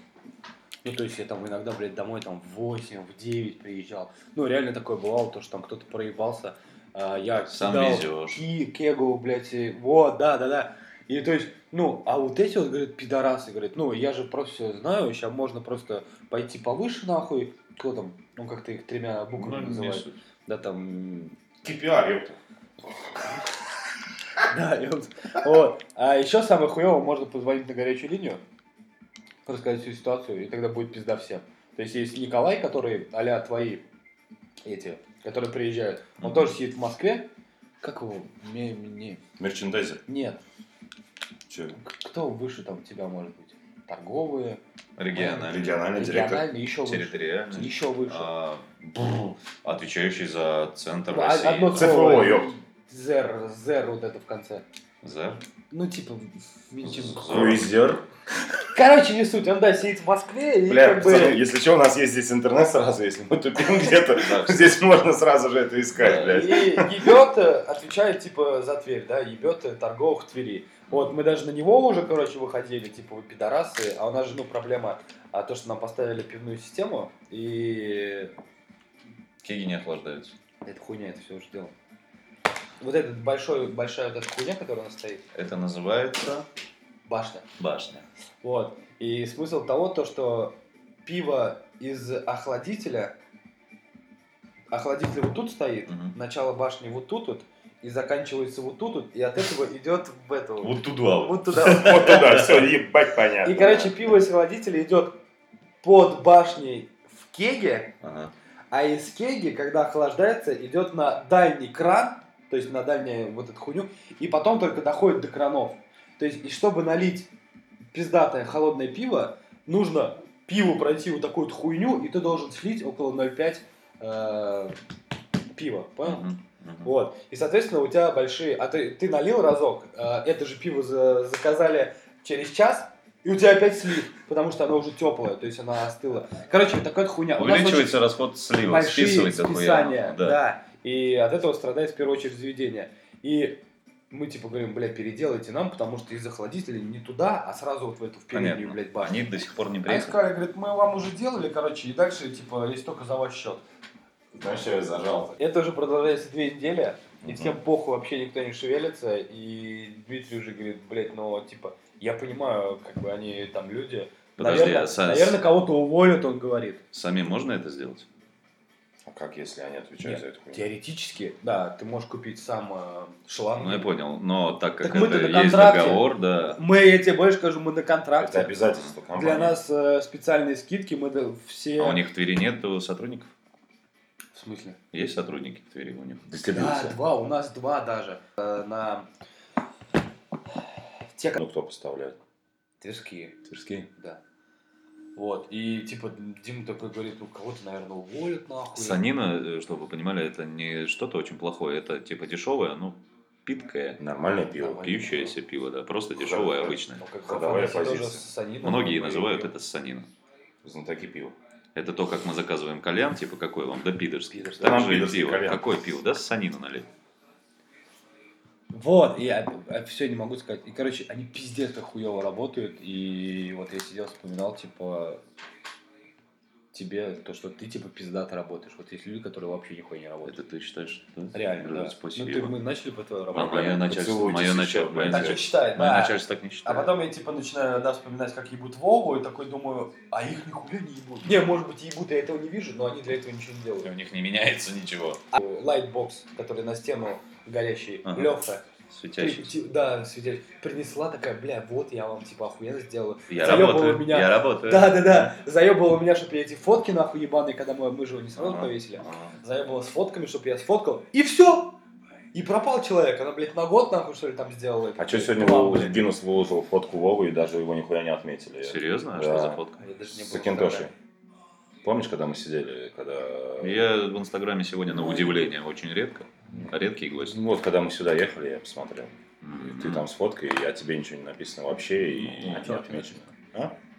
ну, то есть я там иногда, блядь, домой там в 8, в 9 приезжал. Ну, реально такое бывало, то, что там кто-то проебался. а, я
Сам
кидал
везешь.
ки- кегу, блядь, и вот, да, да, да. И то есть, ну, а вот эти вот, говорит, пидорасы, говорит, ну, я же просто все знаю, сейчас можно просто пойти повыше нахуй, кто там, ну, как-то их тремя
Ну,
буквами называют. Да, там,
KPI, ёпта.
Да, и вот- вот. А еще самое хуевое, можно позвонить на горячую линию, рассказать всю ситуацию, и тогда будет пизда всем. То есть есть Николай, который, а твои эти, которые приезжают, он
Мгм.
тоже сидит в Москве. Как его? Не, не-
Мерчендайзер.
Нет.
Че?
К- Кто выше там тебя может быть? Торговые,
Региональный.
Региональный директор.
региональные, еще выше.
Территориальный.
Еще выше.
а, бррр, Отвечающий за центр
Ну, а- одно
России.
ц-
слово.
ЦФО, ёпт.
Зер, зер вот это в конце.
За?
Ну, типа, меньшинство.
Круизер.
Короче, не суть, он, да, сидит в Москве и
Бля,
как Типа бы...
пацаны, если что, у нас есть здесь интернет сразу, если мы тупим где-то,
Да, кстати.
здесь можно сразу же это искать,
Да,
блядь.
И ебет, э, отвечает типа за Тверь, да, ебет э, торговых Твери. Вот, мы даже на него уже, короче, выходили, типа, вы пидорасы, а у нас же, ну, проблема, а то, что нам поставили пивную систему, и
Кеги не охлаждаются.
это хуйня, это все уже дело. Вот этот большой, большая вот эта хуйня, которая у нас стоит,
Это называется
башня.
башня.
Вот. И смысл того, то, что пиво из охладителя. Охладитель вот тут стоит,
Мгм.
начало башни вот тут вот, и заканчивается вот тут вот, и от этого идет в эту вот.
Вот туда вот.
Вот туда вот.
Вот туда, все, ебать понятно.
И, короче, пиво из охладителя идет под башней в кеге,
Ага.
а из кеги, когда охлаждается, идет на дальний кран, то есть на дальнюю вот эту хуйню, и потом только доходит до кранов. То есть, и чтобы налить пиздатое холодное пиво, нужно пиво пройти вот такую вот хуйню, и ты должен слить около 0,5 э, пива, понял?
Мгм, мгм.
Вот. И, соответственно, у тебя большие... А ты, ты налил разок, э, это же пиво за- заказали через час, и у тебя опять слив, потому что оно уже теплое, то есть оно остыло. Короче, вот такая вот хуйня. У нас очень
Увеличивается расход слива,
большие
списывается
списания,
хуя.
да.
Да.
И от этого страдает в первую очередь заведение. И мы типа говорим, бля, переделайте нам, потому что из охладителя не туда, а сразу вот в эту в переднюю,
Понятно.
блядь, башню.
Они до сих пор не
А Они
приехали.
сказали, говорит, мы вам уже делали, короче, и дальше, типа, есть только за ваш счет.
Знаешь, я зажал.
Это уже продолжается две недели, и
Мгм.
всем похуй, вообще никто не шевелится, и Дмитрий уже говорит, блядь, ну, типа, я понимаю, как бы они там люди.
Подожди,
наверное,
а с-
наверное, кого-то уволят, он говорит.
самим можно это сделать?
А как, если они отвечают
Нет,
за эту хуйню?
Теоретически, да, ты можешь купить сам э, шланг.
Ну, я понял. Но так как
Так мы-то
это
на
есть
контракте.
договор, да.
Мы, я тебе больше скажу, мы на
Это
контракте.
обязательство компании.
Для нас э, специальные скидки, мы да- все...
А у них в Твери нет сотрудников?
В смысле?
Есть сотрудники в Твери у них?
Да, два, у нас два даже. Э, на те,
Ну, кто поставляет?
Тверские.
Тверские.
Да. Вот, и типа Дима такой говорит, ну кого-то, наверное, уволят нахуй.
Санина, э, чтобы вы понимали, это не что-то очень плохое, это типа дешевое, ну, питкое,
Нормальное пиво.
Нормально.
пьющееся пиво, да, просто дешевое,
Да.
обычное.
Ну, как
Ходовая
Рафаэль тоже
позиция.
с Санином,
Многие
ну,
называют
и-
это санина.
Знатоки пива.
Это то, как мы заказываем кальян, типа, какой вам? Да пидорский.
Пидорский.
Так
Нам
же и
пидорский
пиво.
кальян.
Какое пиво? Да, санина налить.
Вот, и я все не могу сказать. И, короче, они пиздец как хуево работают. И вот я сидел, вспоминал, типа, тебе то, что ты, типа, пиздато работаешь. Вот есть люди, которые вообще нихуя не работают.
Это ты считаешь? что-
Реально, да.
Спасибо.
Ну, ты, мы начали по твоей работе.
мое А начальство,
Поцелуйтесь
мое
еще,
начальство.
блядь.
Так
Мое
что
блядь.
начальство
считай,
мое
да.
начальство так не
А
считает.
потом я, типа, начинаю, да, вспоминать, как ебут Вову, и такой думаю, а их нихуя не ебут.
Не, может быть, ебут, я этого не вижу, но они для этого ничего не
У
делают.
них не меняется ничего.
А, э, Лайтбокс, который на стену горящий,
Ага.
Лёха, при-
Светящийся.
ти- да, светящий, принесла такая, бля, вот я вам, типа, охуенно сделаю.
Я
Заёбывала
работаю,
меня.
я работаю.
Да, да, да, заебывало меня, чтобы я эти фотки, нахуй, ебаные, когда мы, мы же его не сразу
Ага.
повесили.
Ага.
заебала с фотками, чтобы я сфоткал, и все! И пропал человек, она, блядь, на год, нахуй, что ли, там сделала.
А что
Блядь,
сегодня
план,
Вова-
блядь.
Гиннес выложил фотку Вовы и даже его нихуя не отметили?
Серьезно? А
Да.
что за фотка?
А я даже не
С
был
Акинтошей.
тогда.
Помнишь, когда мы сидели, когда...
Я в Инстаграме сегодня, на удивление, очень редко. Редкий гость.
Ну, Вот, когда мы сюда ехали, я посмотрел. И ты
М.
там с фоткой, и о тебе ничего не написано вообще, и
Ну, а
не
чё
отмечено.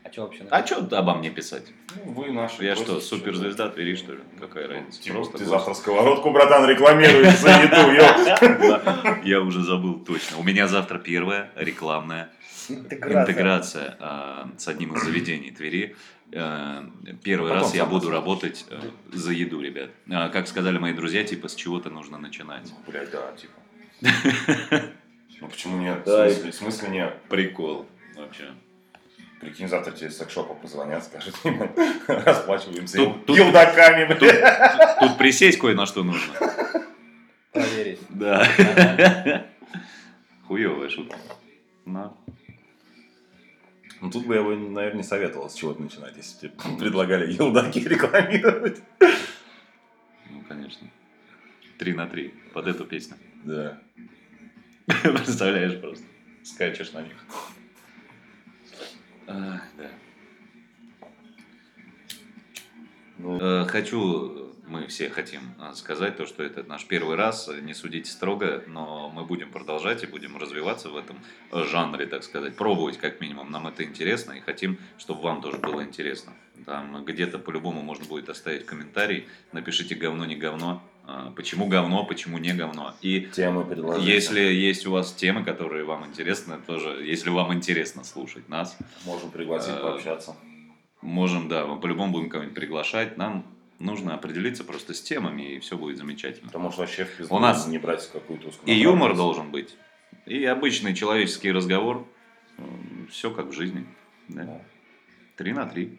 А что вообще?
А что обо мне писать?
Ну, вы наши. Типа,
Я что, суперзвезда Твери, что ли? Какая разница? Просто
ты
гость.
завтра сковородку, братан, рекламируешь за еду, ё.
Да, Я уже забыл точно. У меня завтра первая рекламная
Интеграция.
интеграция а, с одним из заведений Твери. Э, Первый
Потом
раз я
сам
буду
расскажешь.
работать э, за еду, ребят. А, Как сказали мои друзья, типа с чего-то нужно начинать.
Блядь, да, типа. Ну почему нет? В
Да, и-
смысле, в смысле нет?
Прикол. Вообще.
Прикинь, завтра тебе из секшопа позвонят, скажут, «Ебать, расплачиваемся
Тут- тут-
елдаками,
Тут,
блядь.
тут присесть кое на что нужно.
Проверить.
Да. Хуевая шутка. Но.
Ну тут бы я бы, наверное, не советовал с чего-то начинать, если тебе предлагали елдаки рекламировать.
Ну, конечно. Три на три. Под эту песню.
Да.
Представляешь просто. Скачешь на них. Ах, да. Э, Хочу, мы все хотим э, сказать то, что это наш первый раз, э, не судите строго, но мы будем продолжать и будем развиваться в этом э, жанре, так сказать, пробовать как минимум, нам это интересно и хотим, чтобы вам тоже было интересно. Там где-то по-любому можно будет оставить комментарий, напишите говно, не говно, э, почему говно, почему не говно. И
Темы предложили.
если есть у вас темы, которые вам интересны, тоже, если вам интересно слушать нас,
Можем пригласить
Э,
пообщаться.
можем, да, мы по-любому будем кого-нибудь приглашать. Нам нужно определиться просто с темами, и все будет замечательно.
Потому что вообще в пизду
у нас
не брать какую-то узкую
И юмор
направленность.
должен быть, и обычный человеческий э, разговор. Все как в жизни. да.
Да.
Три на три.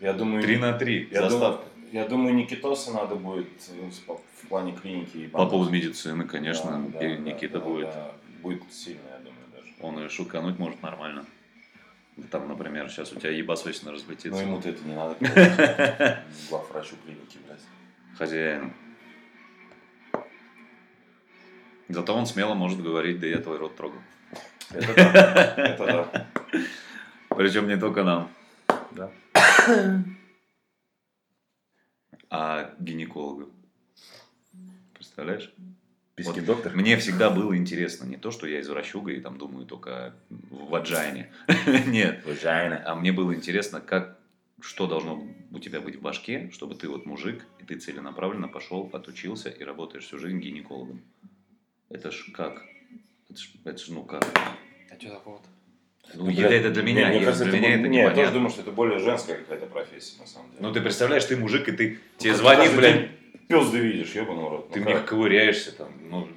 Я думаю,
3 на 3
Ну я
заставка.
думаю, я думаю, Никитоса надо будет э, с- по- в плане клиники. и
По поводу
бандитов.
медицины, конечно,
Да, да,
и
да,
Никита
да,
будет.
да. Будет сильно, я думаю, даже.
Он и шукануть может нормально. Там, например, сейчас у тебя ебасосина
Но
разлетится.
ему-то Ну, это не надо. конечно. Главврачу клиники, блядь.
Хозяин. Зато он смело может говорить, да я твой рот трогал.
Это да. Это да.
Причем не только нам. А гинекологу. Представляешь?
Письки
Вот
доктор.
Мне всегда было интересно не то, что я извращуга и там думаю только в аджайне. Нет. А мне было интересно, как что должно у тебя быть в башке, чтобы ты вот мужик, и ты целенаправленно пошел, отучился и работаешь всю жизнь гинекологом. Это ж как? Это ж, это ж, ну как?
А что такого-то?
Ну, я- это для меня,
Мне
я-
кажется,
для
это
меня
будет-
это
не, я тоже
непонятно.
думаю, что это более женская какая-то профессия, на самом деле. Ну,
Ну ты представляешь, ты мужик, и ты тебе
Ты
звонит,
каждый
блядь,
день Пизды видишь, ебаный рот.
ты
Ну
в них
как?
ковыряешься там, ну...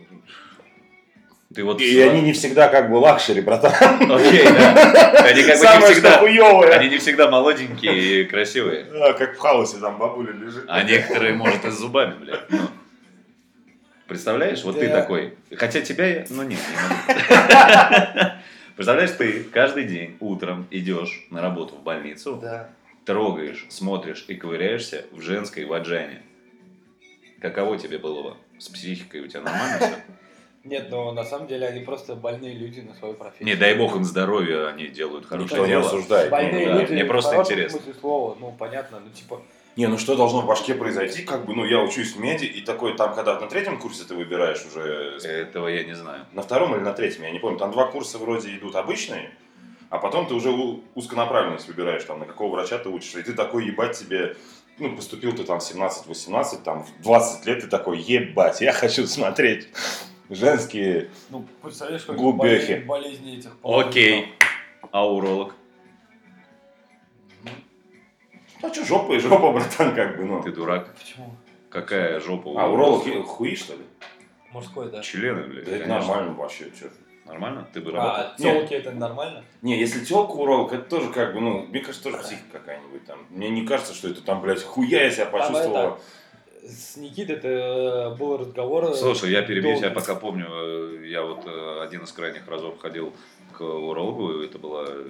Ты вот...
И они не всегда как бы лакшери, братан.
Окей, да. Они как бы не
Самое, что
всегда...
хуёвое.
Они не всегда молоденькие и красивые.
А, Как в хаосе там бабуля лежит.
А некоторые, может, и с зубами, блядь. ну. Представляешь, вот ты
Да.
такой. Хотя тебя я... Ну нет, не могу. Представляешь, ты каждый день утром идешь на работу в больницу,
Да.
трогаешь, смотришь и ковыряешься в женской ваджане. Каково тебе было бы? С психикой у тебя нормально все?
Нет, но на самом деле они просто больные люди на свою профессию.
Не, дай бог им здоровья, они делают хорошее
Никто не
дело.
осуждает.
Больные
Ну, да.
люди,
Мне
в
просто
хорошем
интересно.
смысле слова, ну понятно, ну типа,
Не, ну что должно в башке произойти, как бы, ну я учусь в меди, и такой там, когда на третьем курсе ты выбираешь уже, э,
Этого я не знаю.
на втором или на третьем, я не помню, там два курса вроде идут обычные, а потом ты уже у- узконаправленность выбираешь, там, на какого врача ты учишься, и ты такой, ебать, тебе, ну, поступил ты там в 17-18, там, в 20 лет ты такой, ебать, я хочу смотреть женские,
ну представляешь, сколько
Глубехи.
болезней- болезней этих половых
Окей. А уролог?
ну, что, жопа и жопа, братан, как бы, ну.
Ты дурак.
там. Почему?
Какая жопа у
А уролог
уролога?
хуи, что ли?
Мужской, да.
Члены, блядь.
Да это
конечно.
нормально вообще, что.
Нормально? Ты бы работал?
А телки это нормально?
Не, если телка уролог, это тоже как бы, ну, мне кажется, тоже психика какая-нибудь там. Мне не кажется, что это там, блядь, хуя я себя почувствовал.
С Никитой это был разговор. э,
Слушай, я перебью тебя,
долго.
пока помню, э, я вот э, один из крайних разов ходил к урологу, и это была э,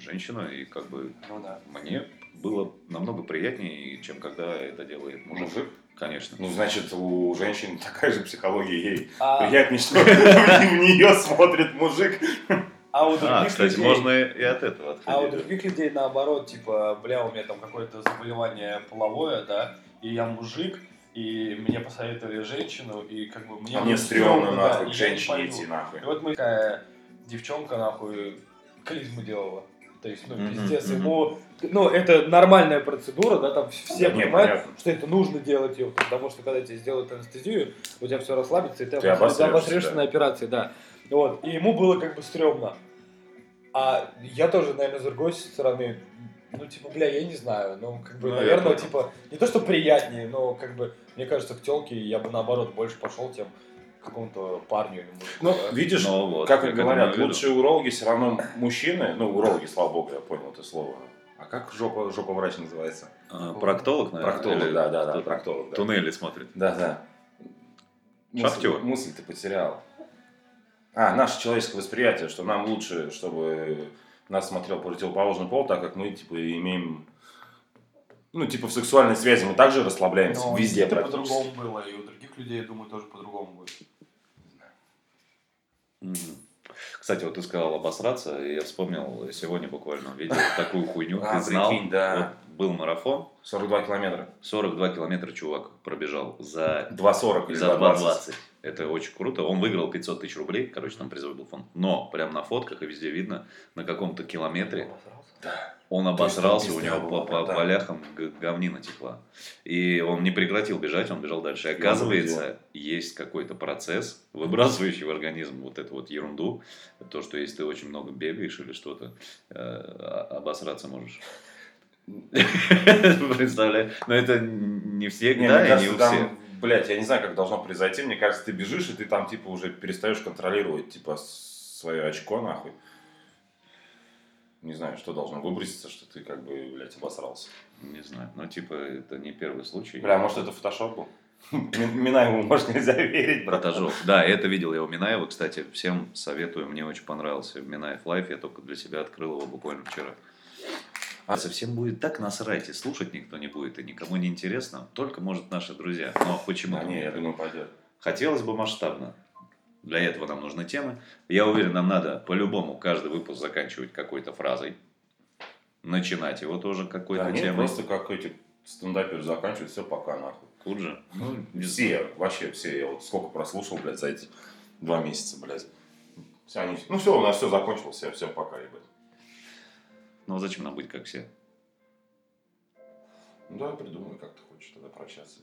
женщина, и как бы
Ну да.
мне было намного приятнее, чем когда это делает мужик.
Мужик?
Конечно.
Ну, значит, у женщин такая же психология ей.
А,
Приятнее, что в нее смотрит мужик.
а у других
А, кстати,
людей-
можно и от этого
А у
отходить.
других людей наоборот, типа, бля, у меня там какое-то заболевание половое, да, и я мужик, и мне посоветовали женщину, и как бы
ну,
мне...
А мне
будет
стрёмно,
да,
нахуй, к
и я не
женщине
пойду.
идти,
И
нахуй.
вот мы такая девчонка, нахуй, клизму делала. То есть, ну,
Мгм,
пиздец,
мгм.
ему... Ну, это нормальная процедура, да, там все
Да не,
понимают,
понятно.
что это нужно делать ее, потому что когда тебе сделают анестезию, у тебя все расслабится, и ты,
Ты
обос-
обосрешься,
обосрешься
да.
на операции, да. Вот. И ему было как бы стрёмно. А я тоже, наверное, с другой стороны, ну, типа, бля, я не знаю, ну, как бы,
Ну, я
наверное,
понял.
типа, не то, что приятнее, но, как бы, мне кажется, к телке я бы, наоборот, больше пошел, тем к какому-то парню или мужику,
Ну,
да.
видишь,
Ну, вот,
как и
я к этому
говорят,
веду.
лучшие урологи все равно мужчины. Ну, урологи, слава богу, я понял это слово. А как жопа, жопа врач называется?
А, Проктолог, наверное?
Проктолог,
или
да, да, да,
кто-то?
проктолог. да.
Туннели смотрит.
Да, да. Мысль-
Шахтер.
Мысль ты потерял. А, наше человеческое восприятие, что нам лучше, чтобы нас смотрел противоположный пол, так как мы, типа, имеем... Ну, типа, в сексуальной связи мы также расслабляемся
Но
везде
Ну, это
практически.
по-другому было, и у других людей, я думаю, тоже по-другому будет.
Мгм. Кстати, вот ты сказал обосраться, и я вспомнил сегодня буквально видел такую хуйню.
А,
Ты знал,
прикинь, да.
вот был марафон,
42 километра.
42 километра чувак пробежал за
2,40 или
за
2,20.
2,20. Это очень круто. Он выиграл 500 тысяч рублей, короче, там призовой был фонд. Но прям на фотках и везде видно, на каком-то километре он
То есть там
обосрался, у
пизда
него
была,
по, по
да.
поляхам г- говнина текла. И он не прекратил бежать, он бежал дальше. И
И он
оказывается, есть какой-то процесс, выбрасывающий в организм вот эту вот ерунду. То, что если ты очень много бегаешь или что-то, э, а- обосраться можешь. Представляешь? Но это не
Не,
всегда
мне
и не
кажется,
у всех.
там, блядь, я не знаю, как должно произойти. Мне кажется, ты бежишь, и ты там, типа, уже перестаешь контролировать, типа, с- свое очко, нахуй. не знаю, что должно выброситься, что ты как бы, блядь, обосрался.
Не знаю. Ну, типа, это не первый случай.
Бля, может это фотошоп был? Мин- Минаеву, может, нельзя верить, брат.
Протажов. Да, это видел я у Минаева. Кстати, всем советую, мне очень понравился Минаев Лайф. Я только для себя открыл его буквально вчера. А совсем будет так насрать, и слушать никто не будет, и никому не интересно. Только, может, наши друзья. Но почему-то
Да не,
мне
я
это
думаю, пойдет.
Хотелось бы масштабно. Для этого нам нужны темы. Я уверен, нам надо по-любому каждый выпуск заканчивать какой-то фразой. Начинать его тоже какой-то
Да нет,
темой.
просто как эти стендаперы заканчивают, все, пока, нахуй.
Тут же. Ну, не знаю.
Все, вообще все, я вот сколько прослушал, блядь, за эти два месяца, блядь. Все, они, ну все, у нас все закончилось, все, все, пока, ребят.
Ну, а зачем нам быть как все?
Ну давай придумай, как ты хочешь тогда прощаться.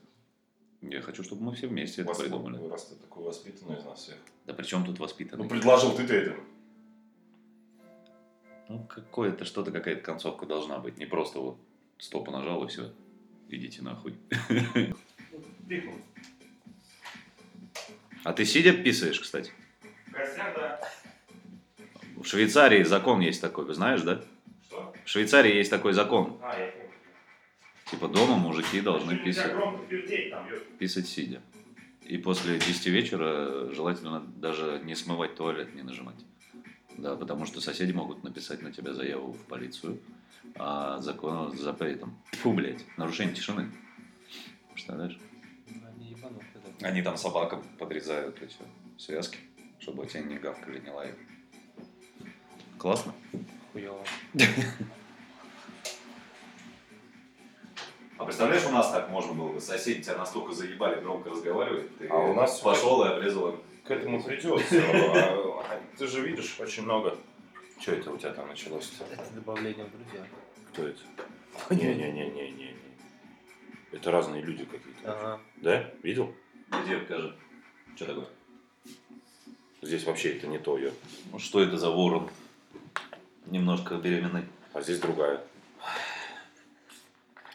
Я хочу, чтобы мы все вместе это
Вас-
придумали.
Раз ты такой воспитанный из нас всех.
Да при чем тут
Ну
воспитанный?
предложил ты-то это.
Ну, какое-то что-то, какая-то концовка должна быть. Не просто вот стопа нажал и все. Идите нахуй.
Дыхнул.
А ты сидя писаешь, кстати?
В гостях, да.
В Швейцарии закон есть такой, вы знаешь, да?
Что?
В Швейцарии есть такой закон.
А, я понял.
Типа дома мужики должны
Чё нельзя
писать.
громко пердеть там, ёпта.
писать сидя. И после 10 вечера желательно даже не смывать туалет, не нажимать. Да, потому что соседи могут написать на тебя заяву в полицию, а закон с запретом. Фу, блядь, нарушение тишины. Представляешь?
Они ебанутые, да.
Они там собакам подрезают эти связки, чтобы те не гавкали, не лаяли. Классно.
Хуёво.
А представляешь, у нас так можно было бы. Соседи тебя настолько заебали, громко разговаривают. Ты
А у нас
пошел и обрезал им.
К этому придет все. Ты же видишь очень много. Че это у тебя там началось?
Это добавление в друзья.
Кто это? Не-не-не-не-не. Это разные люди какие-то.
Ага.
Да? Видел?
Где, покажи. Что такое?
Здесь вообще это не то ее.
Ну, Что это за ворон? Немножко беременный.
А здесь другая.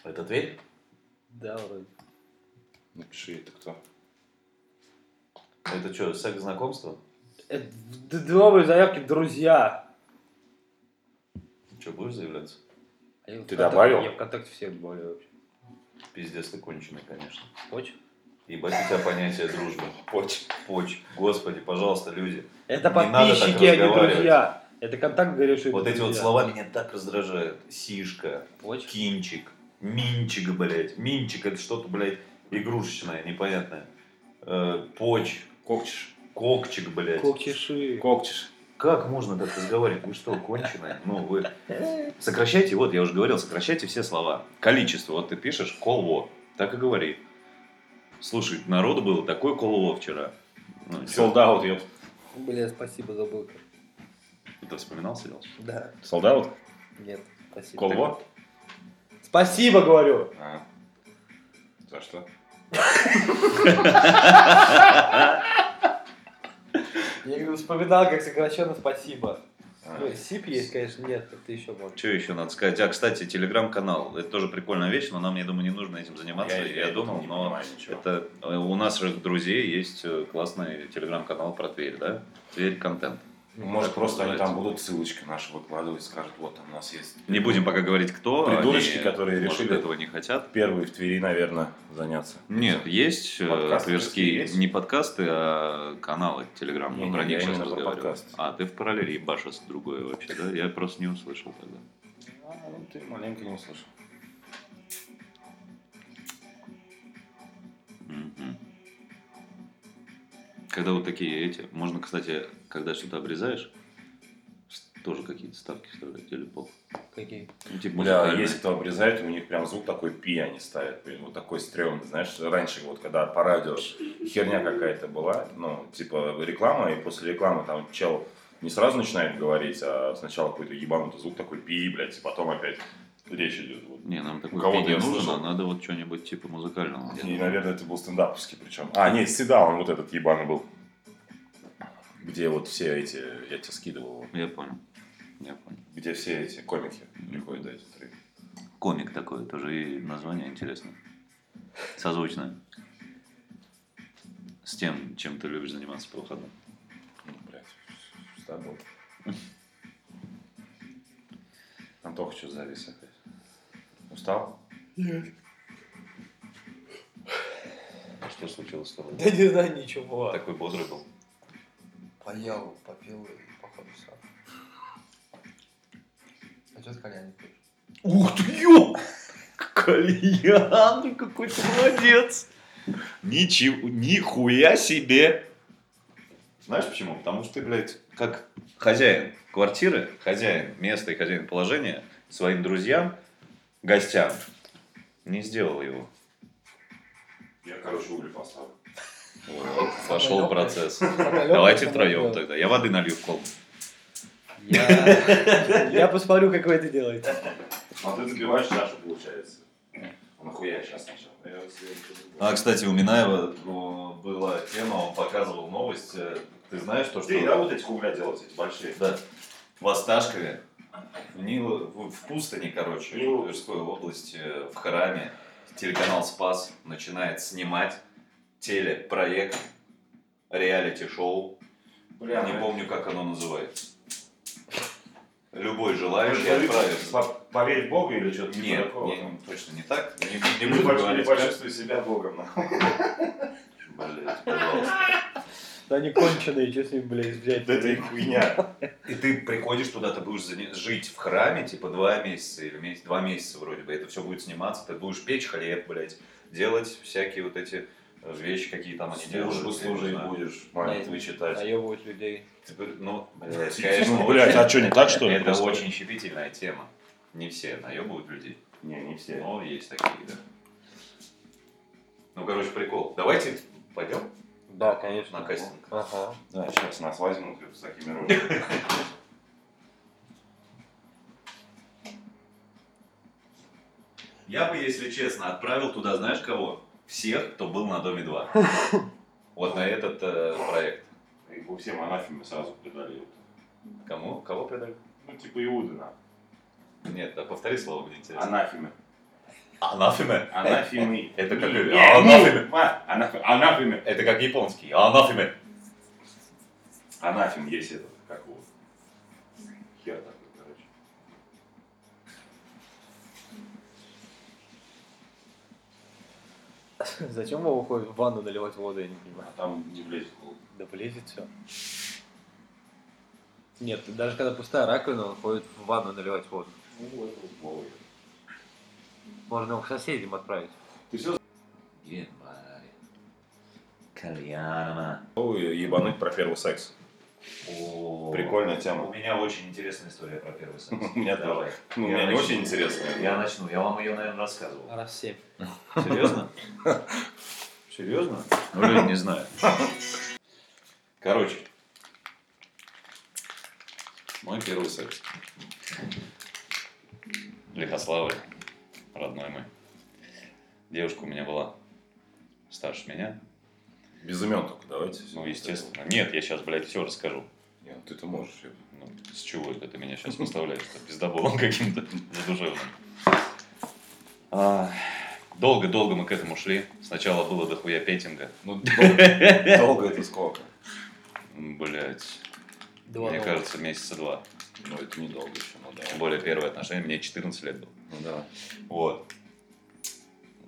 Это дверь?
Да, вроде.
Напиши, это кто?
Это что, секс-знакомство?
Э, д- Два мои заявки друзья.
Что, будешь заявляться?
А я
Ты
ВКонтакте-
добавил?
Я ВКонтакте всех добавляю вообще.
Пиздец ты конченый, конечно.
Хочешь?
Ебать у тебя понятие дружбы. Поч. Поч. Господи, пожалуйста, люди.
Это
Не
подписчики,
надо
а
так
не
разговаривать.
друзья. Это контакт говорит, что
Вот
это
эти вот
друзья.
слова меня так раздражают. Сишка,
Очень.
кинчик, минчик, блядь. Минчик это что-то, блядь, игрушечное, непонятное. Э, поч. Кокчиш. Кокчик, блядь.
Кокиши.
Когтиш.
Как можно так разговаривать? Вы что, конченые? Ну, вы... Сокращайте, вот, я уже говорил, сокращайте все слова. Количество. Вот ты пишешь колво, так и говори. Слушай, народу было такое колво вчера. Ну, чё,
Солдаут, ёпт.
Бля, спасибо за булку.
Ты вспоминал, сидел?
Да.
Солдаут?
Нет, спасибо.
Колбо?
Спасибо, говорю.
А. За что?
Я говорю, вспоминал, как сокращенно спасибо.
А.
Ну, сип есть, конечно, нет, это еще можно.
Что еще надо сказать? А, кстати, телеграм-канал. Это тоже прикольная вещь, но нам, я думаю, не нужно этим заниматься. Я, думал,
не
но
понимаю ничего.
это э, у наших друзей есть э, классный телеграм-канал про Тверь, да? Тверь контент.
Ну, Может,
Как
просто они там
называется?
будут ссылочки наши выкладывать, скажут, вот там у нас есть.
Не будем пока говорить, кто.
Придурочки,
они,
которые
может,
решили-
этого не хотят.
Первые в Твери, наверное, заняться.
Нет, есть э,
Подкасты
тверские,
есть?
не подкасты, а каналы Телеграм.
Не,
Мы
не,
про них
я
сейчас
именно про
разговариваем.
подкасты.
А, ты в параллели ебашишь другое вообще, да? Я просто не услышал тогда.
А, ну ты маленько не услышал.
Мгм. Когда вот такие эти... Можно, кстати, когда что-то обрезаешь, с- тоже какие-то ставки строить или пол.
Какие?
Ну, типа
Бля,
музыкальные.
есть кто обрезает, и у них прям звук такой пи они ставят, блин, вот такой стрёмный, знаешь, раньше вот когда по радио херня какая-то была, ну, типа реклама, и после рекламы там чел не сразу начинает говорить, а сначала какой-то ебанутый звук такой пи, блядь, и потом опять речь идет. Вот.
Не, нам такой
кого-то
пи
я
не нужен,
слышал.
а надо вот что-нибудь типа музыкального.
И, наверное, это был стендаповский причем. А, нет, Седа, он вот этот ебаный был. Где вот все эти, я тебе скидывал,
Я понял. Я понял.
где все эти комики приходят, да, эти три.
Комик такой, тоже и название интересное. Созвучное. С тем, чем ты любишь заниматься по выходным.
Ну, блядь, с тобой. Антоха что завис опять? Устал?
Что случилось с тобой?
Да не знаю ничего.
Э, Такой бодрый был.
Поел, попил и походу сам. А что ты кальян не пьешь?
Ух ты, ё! Кальян, какой ты молодец! Ничего, нихуя себе! Знаешь почему? Потому что ты, блядь, как хозяин квартиры, хозяин места и хозяин положения своим друзьям, гостям, не сделал его.
Я, короче, угли поставлю.
Пошел процесс.
Поём,
Давайте
потом
втроем
пьём.
тогда. Я воды налью в колбу.
Я я посмотрю, как вы это делаете.
А ты забиваешь чашу, получается. А Нахуя я сейчас начал? Я вот себе ничего не
А,
думаю.
кстати, у Минаева о, была тема, он показывал новость. э, Ты знаешь то, что...
Ты, да, вот эти угля делать, эти большие?
Да. В Осташкове, в, Нил- в- в пустыне, короче,
Нил-
в Тверской области, э, в храме, телеканал «Спас» начинает снимать телепроект, реалити-шоу.
Бля,
не
ну,
помню, как оно называется. Любой
Вы
желающий
же
отправится.
по- Поверь в Бога или что-то типа
Нет,
такого?
не- ну, точно не так. Не, не
Не
буду
больш- не
говорить,
почувствуй себя Богом. нахуй.
как. Блядь, пожалуйста.
Да Они конченые, что с ним, блядь, взять?
Да это и хуйня.
И ты приходишь туда, ты будешь зани- жить в храме, типа, два месяца или месяц, два месяца вроде бы. Это все будет сниматься, ты будешь печь хлеб, блядь, делать всякие вот эти э, вещи, какие там они делают.
Службу
я не
служить
знаю.
будешь, молитвы читать.
Наебывать людей.
Ты бы- Ну, блядь, конечно,
Блять,
очень-
а что, не так, что ли?
это
просто?
очень щепетильная тема. Не все наебывают людей,
Не, не все.
но есть такие, да. Ну, короче, прикол. Давайте пойдем
Да, конечно.
на кастинг.
Ага.
Да, сейчас нас возьмут с такими руками.
Я бы, если честно, отправил туда, знаешь кого? Всех, кто был на Доме 2. Вот на этот э, проект.
И по всем анафеме сразу придали.
Кому? Кого предали?
Ну, типа Иудина.
Нет, да, повтори слово, мне интересно.
Анафеме.
Анафеме.
Анафемы.
Это как-
Не,
анафеме.
не, а, анафе- Анафеме.
Это как японский. Анафеме.
Анафем есть этот, как его. Хер такой, короче.
Зачем его выходит в ванну наливать воду, я не
А
понимаю.
там не влезет.
Да влезет все. Нет, даже когда пустая раковина, он ходит в ванну наливать воду.
Ну, это вот голый.
Можно его к соседям отправить.
Ебать. Кальянова.
Ой, ну, Ебануть про первый секс.
О,
Прикольная
У
тема.
меня очень интересная история про первый секс.
У меня
Давай.
Ну, у меня не очень интересная.
Я начну. Я вам ее, наверное, рассказывал.
Раз семь.
Серьезно? Серьезно? Ну, блин, не знаю. Короче. Мой первый секс. Лихославль, родной мой. Девушка у меня была старше меня,
Без имен только давайте.
ну, естественно. Нет, я сейчас, блядь, все расскажу.
Не, ну ты-то можешь. я-
Ну, с чего это ты меня сейчас выставляешь? -то? Пиздоболом каким-то задушевным. А, Долго-долго мы к этому шли. Сначала было дохуя петинга.
Ну, долго, долго это сколько?
Блять,
Два
мне
новых.
кажется, месяца два.
Ну, это недолго еще, ну да.
Тем более первое отношение, мне 14 лет было.
Ну да.
Вот.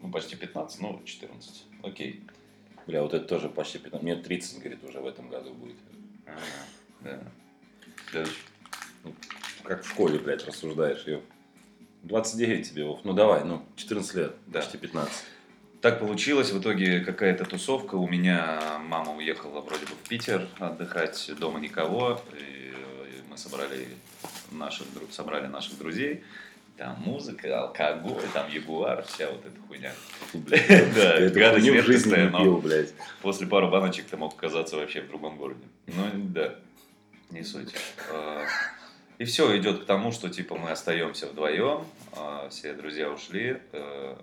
Ну, почти 15, ну, 14. Окей.
Бля, вот это тоже почти 15. Мне 30, говорит, уже в этом году будет.
Да. Следующий.
Как в школе, блядь, рассуждаешь, ё. 29 тебе, Вов. Ну давай, ну, 14 лет,
Да.
почти 15.
Так получилось, в итоге какая-то тусовка. У меня мама уехала вроде бы в Питер отдыхать, дома никого. И э, мы собрали наших, дру- собрали наших друзей. Там музыка, алкоголь, там ягуар, вся вот эта хуйня. Да,
Я эту
гадость
хуйню в жизни
мерзкостная,
не
но-
пил, блядь.
После пары баночек ты мог оказаться вообще в другом городе. Ну да, не суть. А, И все идет к тому, что типа мы остаемся вдвоем, а, все друзья ушли. Э,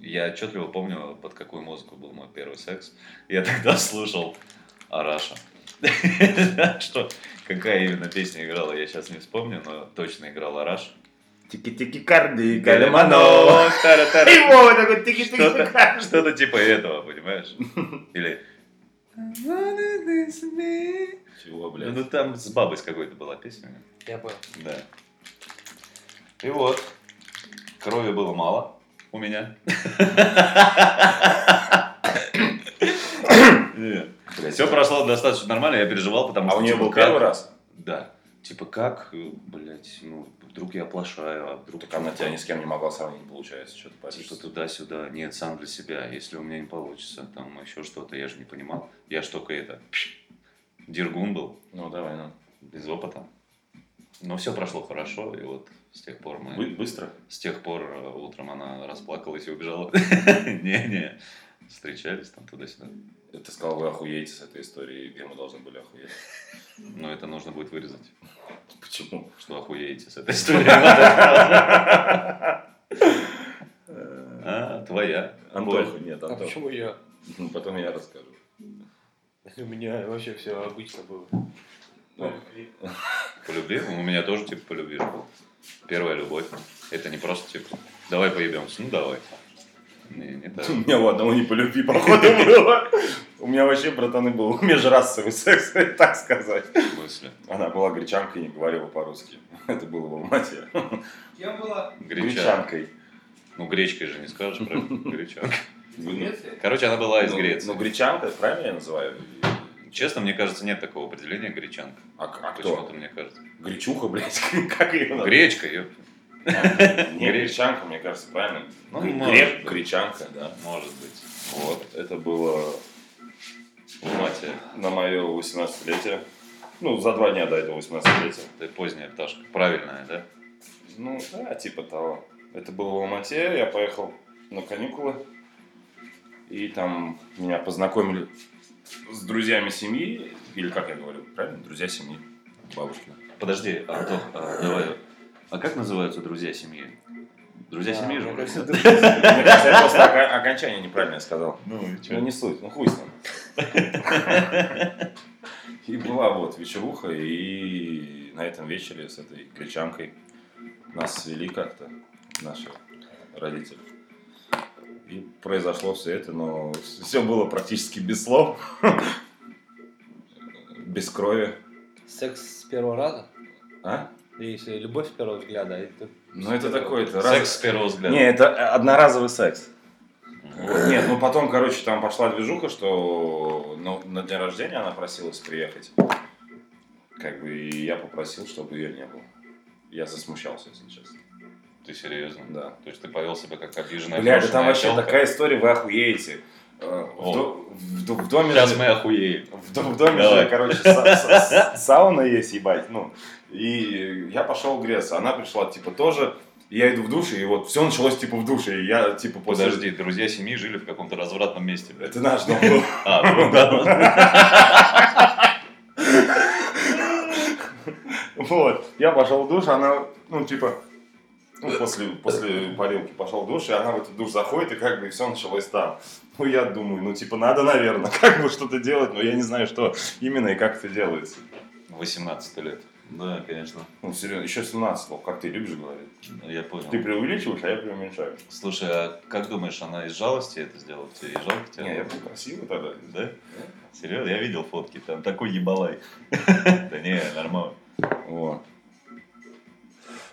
Я отчетливо помню, под какую музыку был мой первый секс. Я тогда слушал Араша. Что, какая именно песня играла, я сейчас не вспомню, но точно играл Араш.
Тики-тики карди,
Кальмано! Тара-тара.
И Вова такой
Что-то-
тики-тики карди.
Что-то типа этого, понимаешь? Или...
Чего, ну,
Ну там с бабой с какой-то была песня.
Я понял.
Да. И вот, крови было мало у меня. Все прошло достаточно нормально, я переживал, потому
А
что...
у нее
типа,
был
как-
первый раз?
Да. Типа как, э, блядь, ну, вдруг я оплошаю, а вдруг...
Ну, Так она тебя ни с кем не могла сравнить, получается, что-то по
Что туда-сюда, нет, сам для себя, если у меня не получится, там еще что-то, я же не понимал. Я ж только это, дергун был,
Ну, давай, ну.
без опыта. Но все прошло хорошо, и вот с тех пор мы...
Бы- Быстро.
С тех пор э, утром она расплакалась и убежала. Не-не, встречались там туда-сюда.
Ты сказал, вы охуеете с этой историей, где мы должны были охуеть.
Но это нужно будет вырезать,
Почему?
что охуеете с этой историей.
Э,
А, твоя.
Антоха, нет,
А
Антоха.
почему я?
Ну, Потом я расскажу.
У меня вообще все обычно было.
По любви? У меня тоже типа по любви же был. Первая любовь. Это не просто типа, давай поебемся, ну давай. Не, не так.
У меня у одного не по любви, походу, было. У меня вообще, братаны, был межрасовый секс, так сказать.
В смысле?
Она была гречанкой и не говорила по-русски. Это было в Алмате.
Кем была?
Греча.
Гречанкой.
Ну, гречкой же не скажешь, правильно? Греча.
Из Греции?
Короче, она была из
Ну,
Греции.
Ну, гречанка, правильно я называю?
Честно, мне кажется, нет такого определения гречанка.
А, к- а кто?
Почему-то мне кажется.
Гречуха, блядь, как ее надо?
Гречка, ёп.
Не, гречанка, мне кажется, правильно.
Ну,
Гре-
может
грек-
быть.
гречанка, да.
Может быть.
Вот, это было
Мать,
на мое 18-летие. Ну, за два дня до этого 18-летия.
ты поздняя пташка. Правильная, да?
Ну, да, типа того. Это было в Алмате, я поехал на каникулы. И там меня познакомили с друзьями семьи, или как я говорю, правильно? Друзья семьи, бабушкина.
Подожди, Антох, а, давай. А как называются друзья семьи? Друзья семьи же вроде.
Мне кажется, я просто ока- окончание неправильно сказал.
Ну, и
Ну,
чё?
не суть, ну хуй с ним. И была вот вечеруха, и на этом вечере с этой гречанкой нас свели как-то, наши родители. И произошло все это, но все было практически без слов, без крови.
Секс с первого раза?
А?
Если любовь с первого взгляда, а это...
Ну это такой то
Секс с первого взгляда.
Не, это э, одноразовый секс. Вот, Нет, ну потом, короче, там пошла движуха, что ну, на день рождения она просилась приехать. Как бы и я попросил, чтобы ее не было. Я засмущался, если честно.
Ты серьезно?
Да.
То есть ты повел себя как обиженная
Бля, да там
брошенная
вообще
телка?
такая история, вы охуеете. Э, В,
О.
до- в до- в доме
Сейчас
же-
мы охуеем.
в, до- в доме
Давай.
же, короче, са- са- са- сауна есть, ебать, ну. И я пошел греться, она пришла, типа, тоже. И Я иду в душ, и вот все началось, типа, в душе. И я, типа, после...
Подожди, друзья семьи жили в каком-то развратном месте. блядь.
Это наш дом был.
А, ну да.
Вот. Я пошел в душ, она, ну, типа, ну, после, после парилки пошел в душ, и она в этот душ заходит, и как бы все началось там. Ну, я думаю, ну, типа, надо, наверное, как бы что-то делать, но я не знаю, что именно и как это делается.
18 лет. Да, конечно.
Ну, серьезно, еще 17 слов, как ты любишь говорить.
Я понял.
Ты преувеличиваешь, а я преуменьшаю.
Слушай, а как думаешь, она из жалости это сделала? Тебе из жалко тебя?
Не, я
было?
был красивый тогда.
Да? Серьезно? Я видел фотки, там такой ебалай. Да не, нормально.
Вот.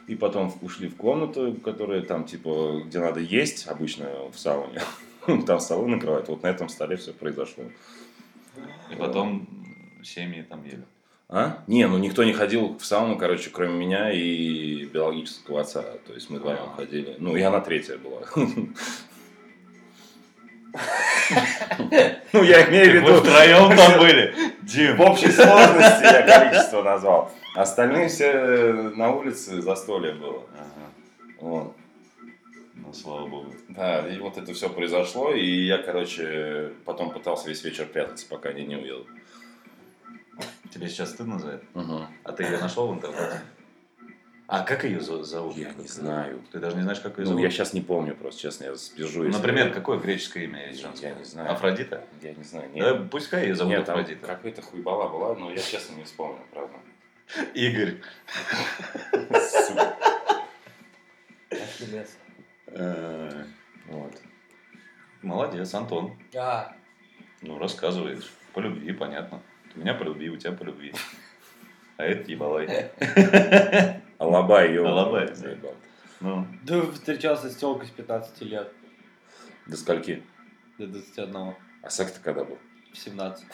И потом в- ушли в комнату, которая там, типа, где надо есть обычно в сауне. Там столы накрывают. Вот на этом столе все произошло.
И потом семьи там ели.
А? Не, ну никто не ходил в сауну, короче, кроме меня и биологического отца. То есть мы вдвоем
А.
ходили. Ну, и она третья была. Ну, я имею в
Вы
виду.
втроем там были. Дим.
В общей сложности я количество назвал. Остальные все э, на улице застолье было.
Ага.
Вот.
Ну, слава богу.
Да, и вот это все произошло, и я, короче, потом пытался весь вечер прятаться, пока они не уедут.
Тебе сейчас стыдно за это? А ты ее нашел в интернете? А как ее зо- зовут?
Я не знаю.
Ты даже не знаешь, как ее
Ну, я
зовут?
сейчас не помню, просто честно, я спижу. если-
Например, какое греческое имя есть женское?
Я не знаю.
Афродита?
Я не знаю. Нет.
Да, пускай ее зовут
Нет, там
Афродита.
какая-то хуйбала была, но я честно не вспомню, правда.
Игорь.
Сука.
Ахиллес.
Э,
Вот.
Молодец, Антон.
А,
Ну, рассказываешь. По любви, понятно. У меня по любви, у тебя по любви. А это ебалай.
Алабай, ё.
Алабай, да.
Заебал.
Ну,
Да встречался с телкой с 15 лет,
До скольки?
до 21,
А секс-то когда был?
в 17.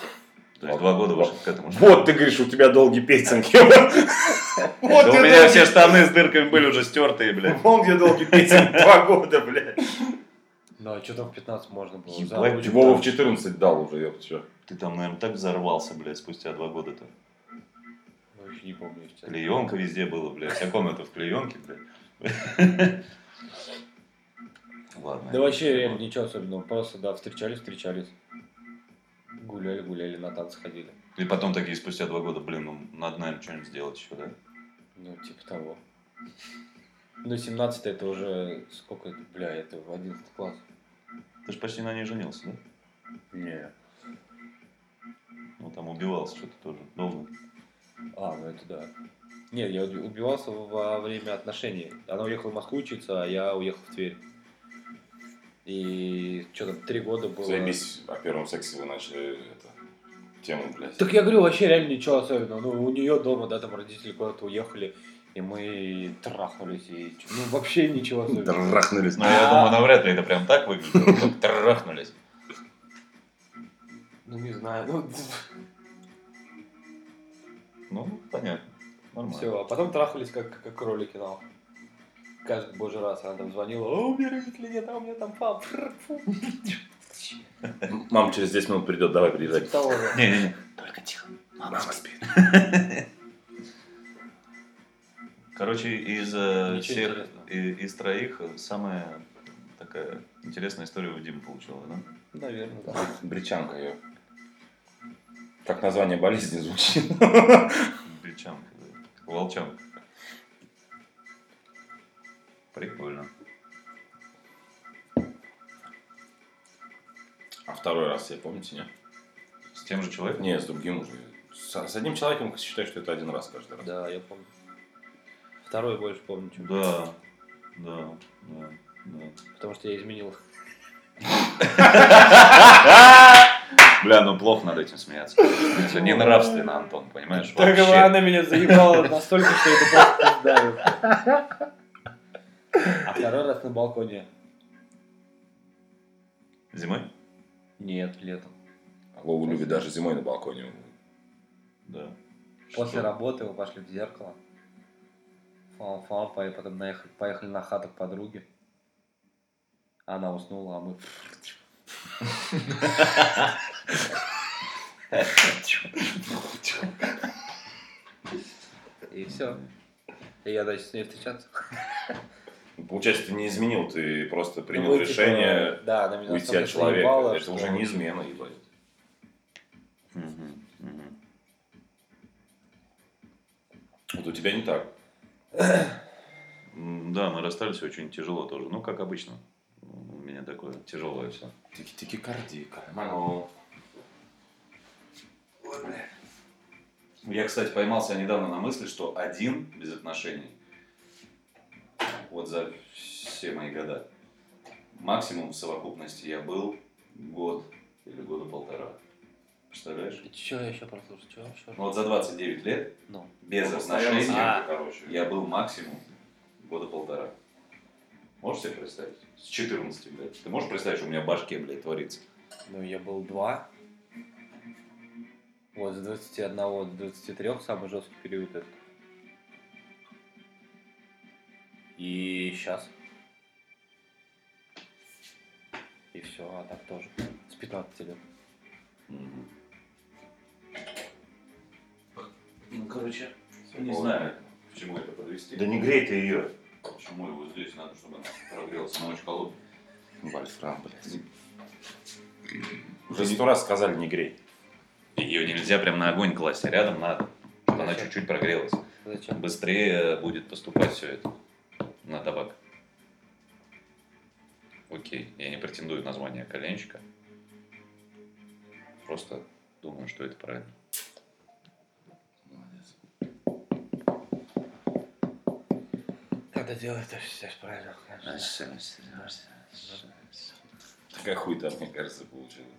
то есть два года вышел к этому.
Вот ты говоришь, у тебя долгий петинг. Вот
Да у меня все штаны с дырками были уже стертые, блядь.
Вон где долгий петинг. Два года, блядь.
Ну а что там в 15 можно было?
Ебать,
Замуж
ты
Вова
там.
в 14 дал уже, ёпт, всё.
Ты там, наверное, так взорвался, блядь, спустя два года-то.
Ну, вообще не помню. сейчас.
Клеенка везде была, блядь. Вся комната в клеенке, блядь. Ладно.
Да вообще реально ничего особенного, просто да, встречались, встречались. Гуляли, гуляли, на танцы ходили.
И потом такие спустя два года, блин, ну, надо, наверное, что-нибудь сделать еще, да?
Ну, типа того. Ну, 17 это уже сколько это, бля, это в 11 класс.
Ты же почти на ней женился, да?
Не.
Ну, там убивался что-то тоже. Долго.
А, ну это да. Нет, я уби- убивался во время отношений. Она уехала в Москву учиться, а я уехал в Тверь. И что там, три года было.
Заебись, о первом сексе вы начали это, тему, блядь.
Так я говорю, вообще реально ничего особенного. Ну, у нее дома, да, там родители куда-то уехали, и мы трахнулись, и чё- ну, вообще ничего особенного.
Трахнулись.
Ну, я думаю, навряд ли это прям так выглядело, как трахнулись.
Ну, не знаю, ну,
Ну, понятно. Нормально.
Все, а потом трахались как, как кролики нахуй. Каждый божий раз она там звонила, а у меня родителей нет, а у меня там папа. Фу,
Мам через 10 минут придет, давай
типа
приезжай.
того же.
Не-не-не.
Мама спит.
Короче, из э,
Ничего
всех,
интересного.
и- из троих, э, самая такая интересная история у Димы получила, да?
Наверное, да.
Бричанка ее. Как название болезни звучит.
Бричанка, да. Волчанка. Прикольно.
А второй раз, я помните, нет?
С тем же человеком?
Не, с другим уже. С, с одним человеком считай, что это один раз каждый раз.
Да, я помню. Второй больше помню, чем.
Да, да, да, да.
Потому что я изменил.
Бля, ну плохо над этим смеяться. конечно. Это не нравственно, Антон, понимаешь?
Так
Вообще.
она меня заебала настолько, что это просто пизда. А второй раз на балконе.
Зимой?
Нет, летом.
А Вову любит даже зимой на балконе.
Да.
После
Что?
работы мы пошли в зеркало. Фам-фам, по- потом наехали- поехали на хату к подруге. Она уснула, а мы... И все. И я дальше с ней встречаться.
Ну, Получается, ты не изменил, ты просто принял
Ну, типа,
решение
да, она меня
уйти
настолько
от человека.
заебала,
это
что-
уже не измена, ебать.
Мгм, мгм.
Вот у тебя не так.
М, Да, мы расстались очень тяжело тоже. Ну, как обычно. У меня такое тяжелое все.
Тики-тики кардика.
Я, кстати, поймался недавно на мысли, что один без отношений, вот за все мои года, максимум в совокупности я был год или года полтора. Представляешь?
Че я еще прослушал? Че еще?
Ну вот за 29 лет
Ну.
без
Постоянно с
отношений А.
ним, короче.
я был максимум года полтора. Можешь себе представить? С 14, блядь. Ты можешь представить, что у меня в башке, блядь, творится?
Ну, я был два. Вот, с 21 до 23 самый жесткий период этот. И сейчас. И все, а так тоже. С 15 лет.
Ну, короче, не
не
знаю,
знаю,
к чему это подвести.
Да не грей ты ее.
Почему его здесь надо, чтобы она прогрелась? Она очень холодная.
Вольфрам, блядь. Уже сто раз сказали, не грей.
Ее нельзя прям на огонь класть, а рядом надо. чтобы Она чуть-чуть прогрелась.
Зачем?
Быстрее э, будет поступать все это на табак. Окей, я не претендую на звание коленщика. Просто думаю, что это правильно.
Надо делать то, что правильно, конечно.
Такая хуйта, мне кажется, получилась.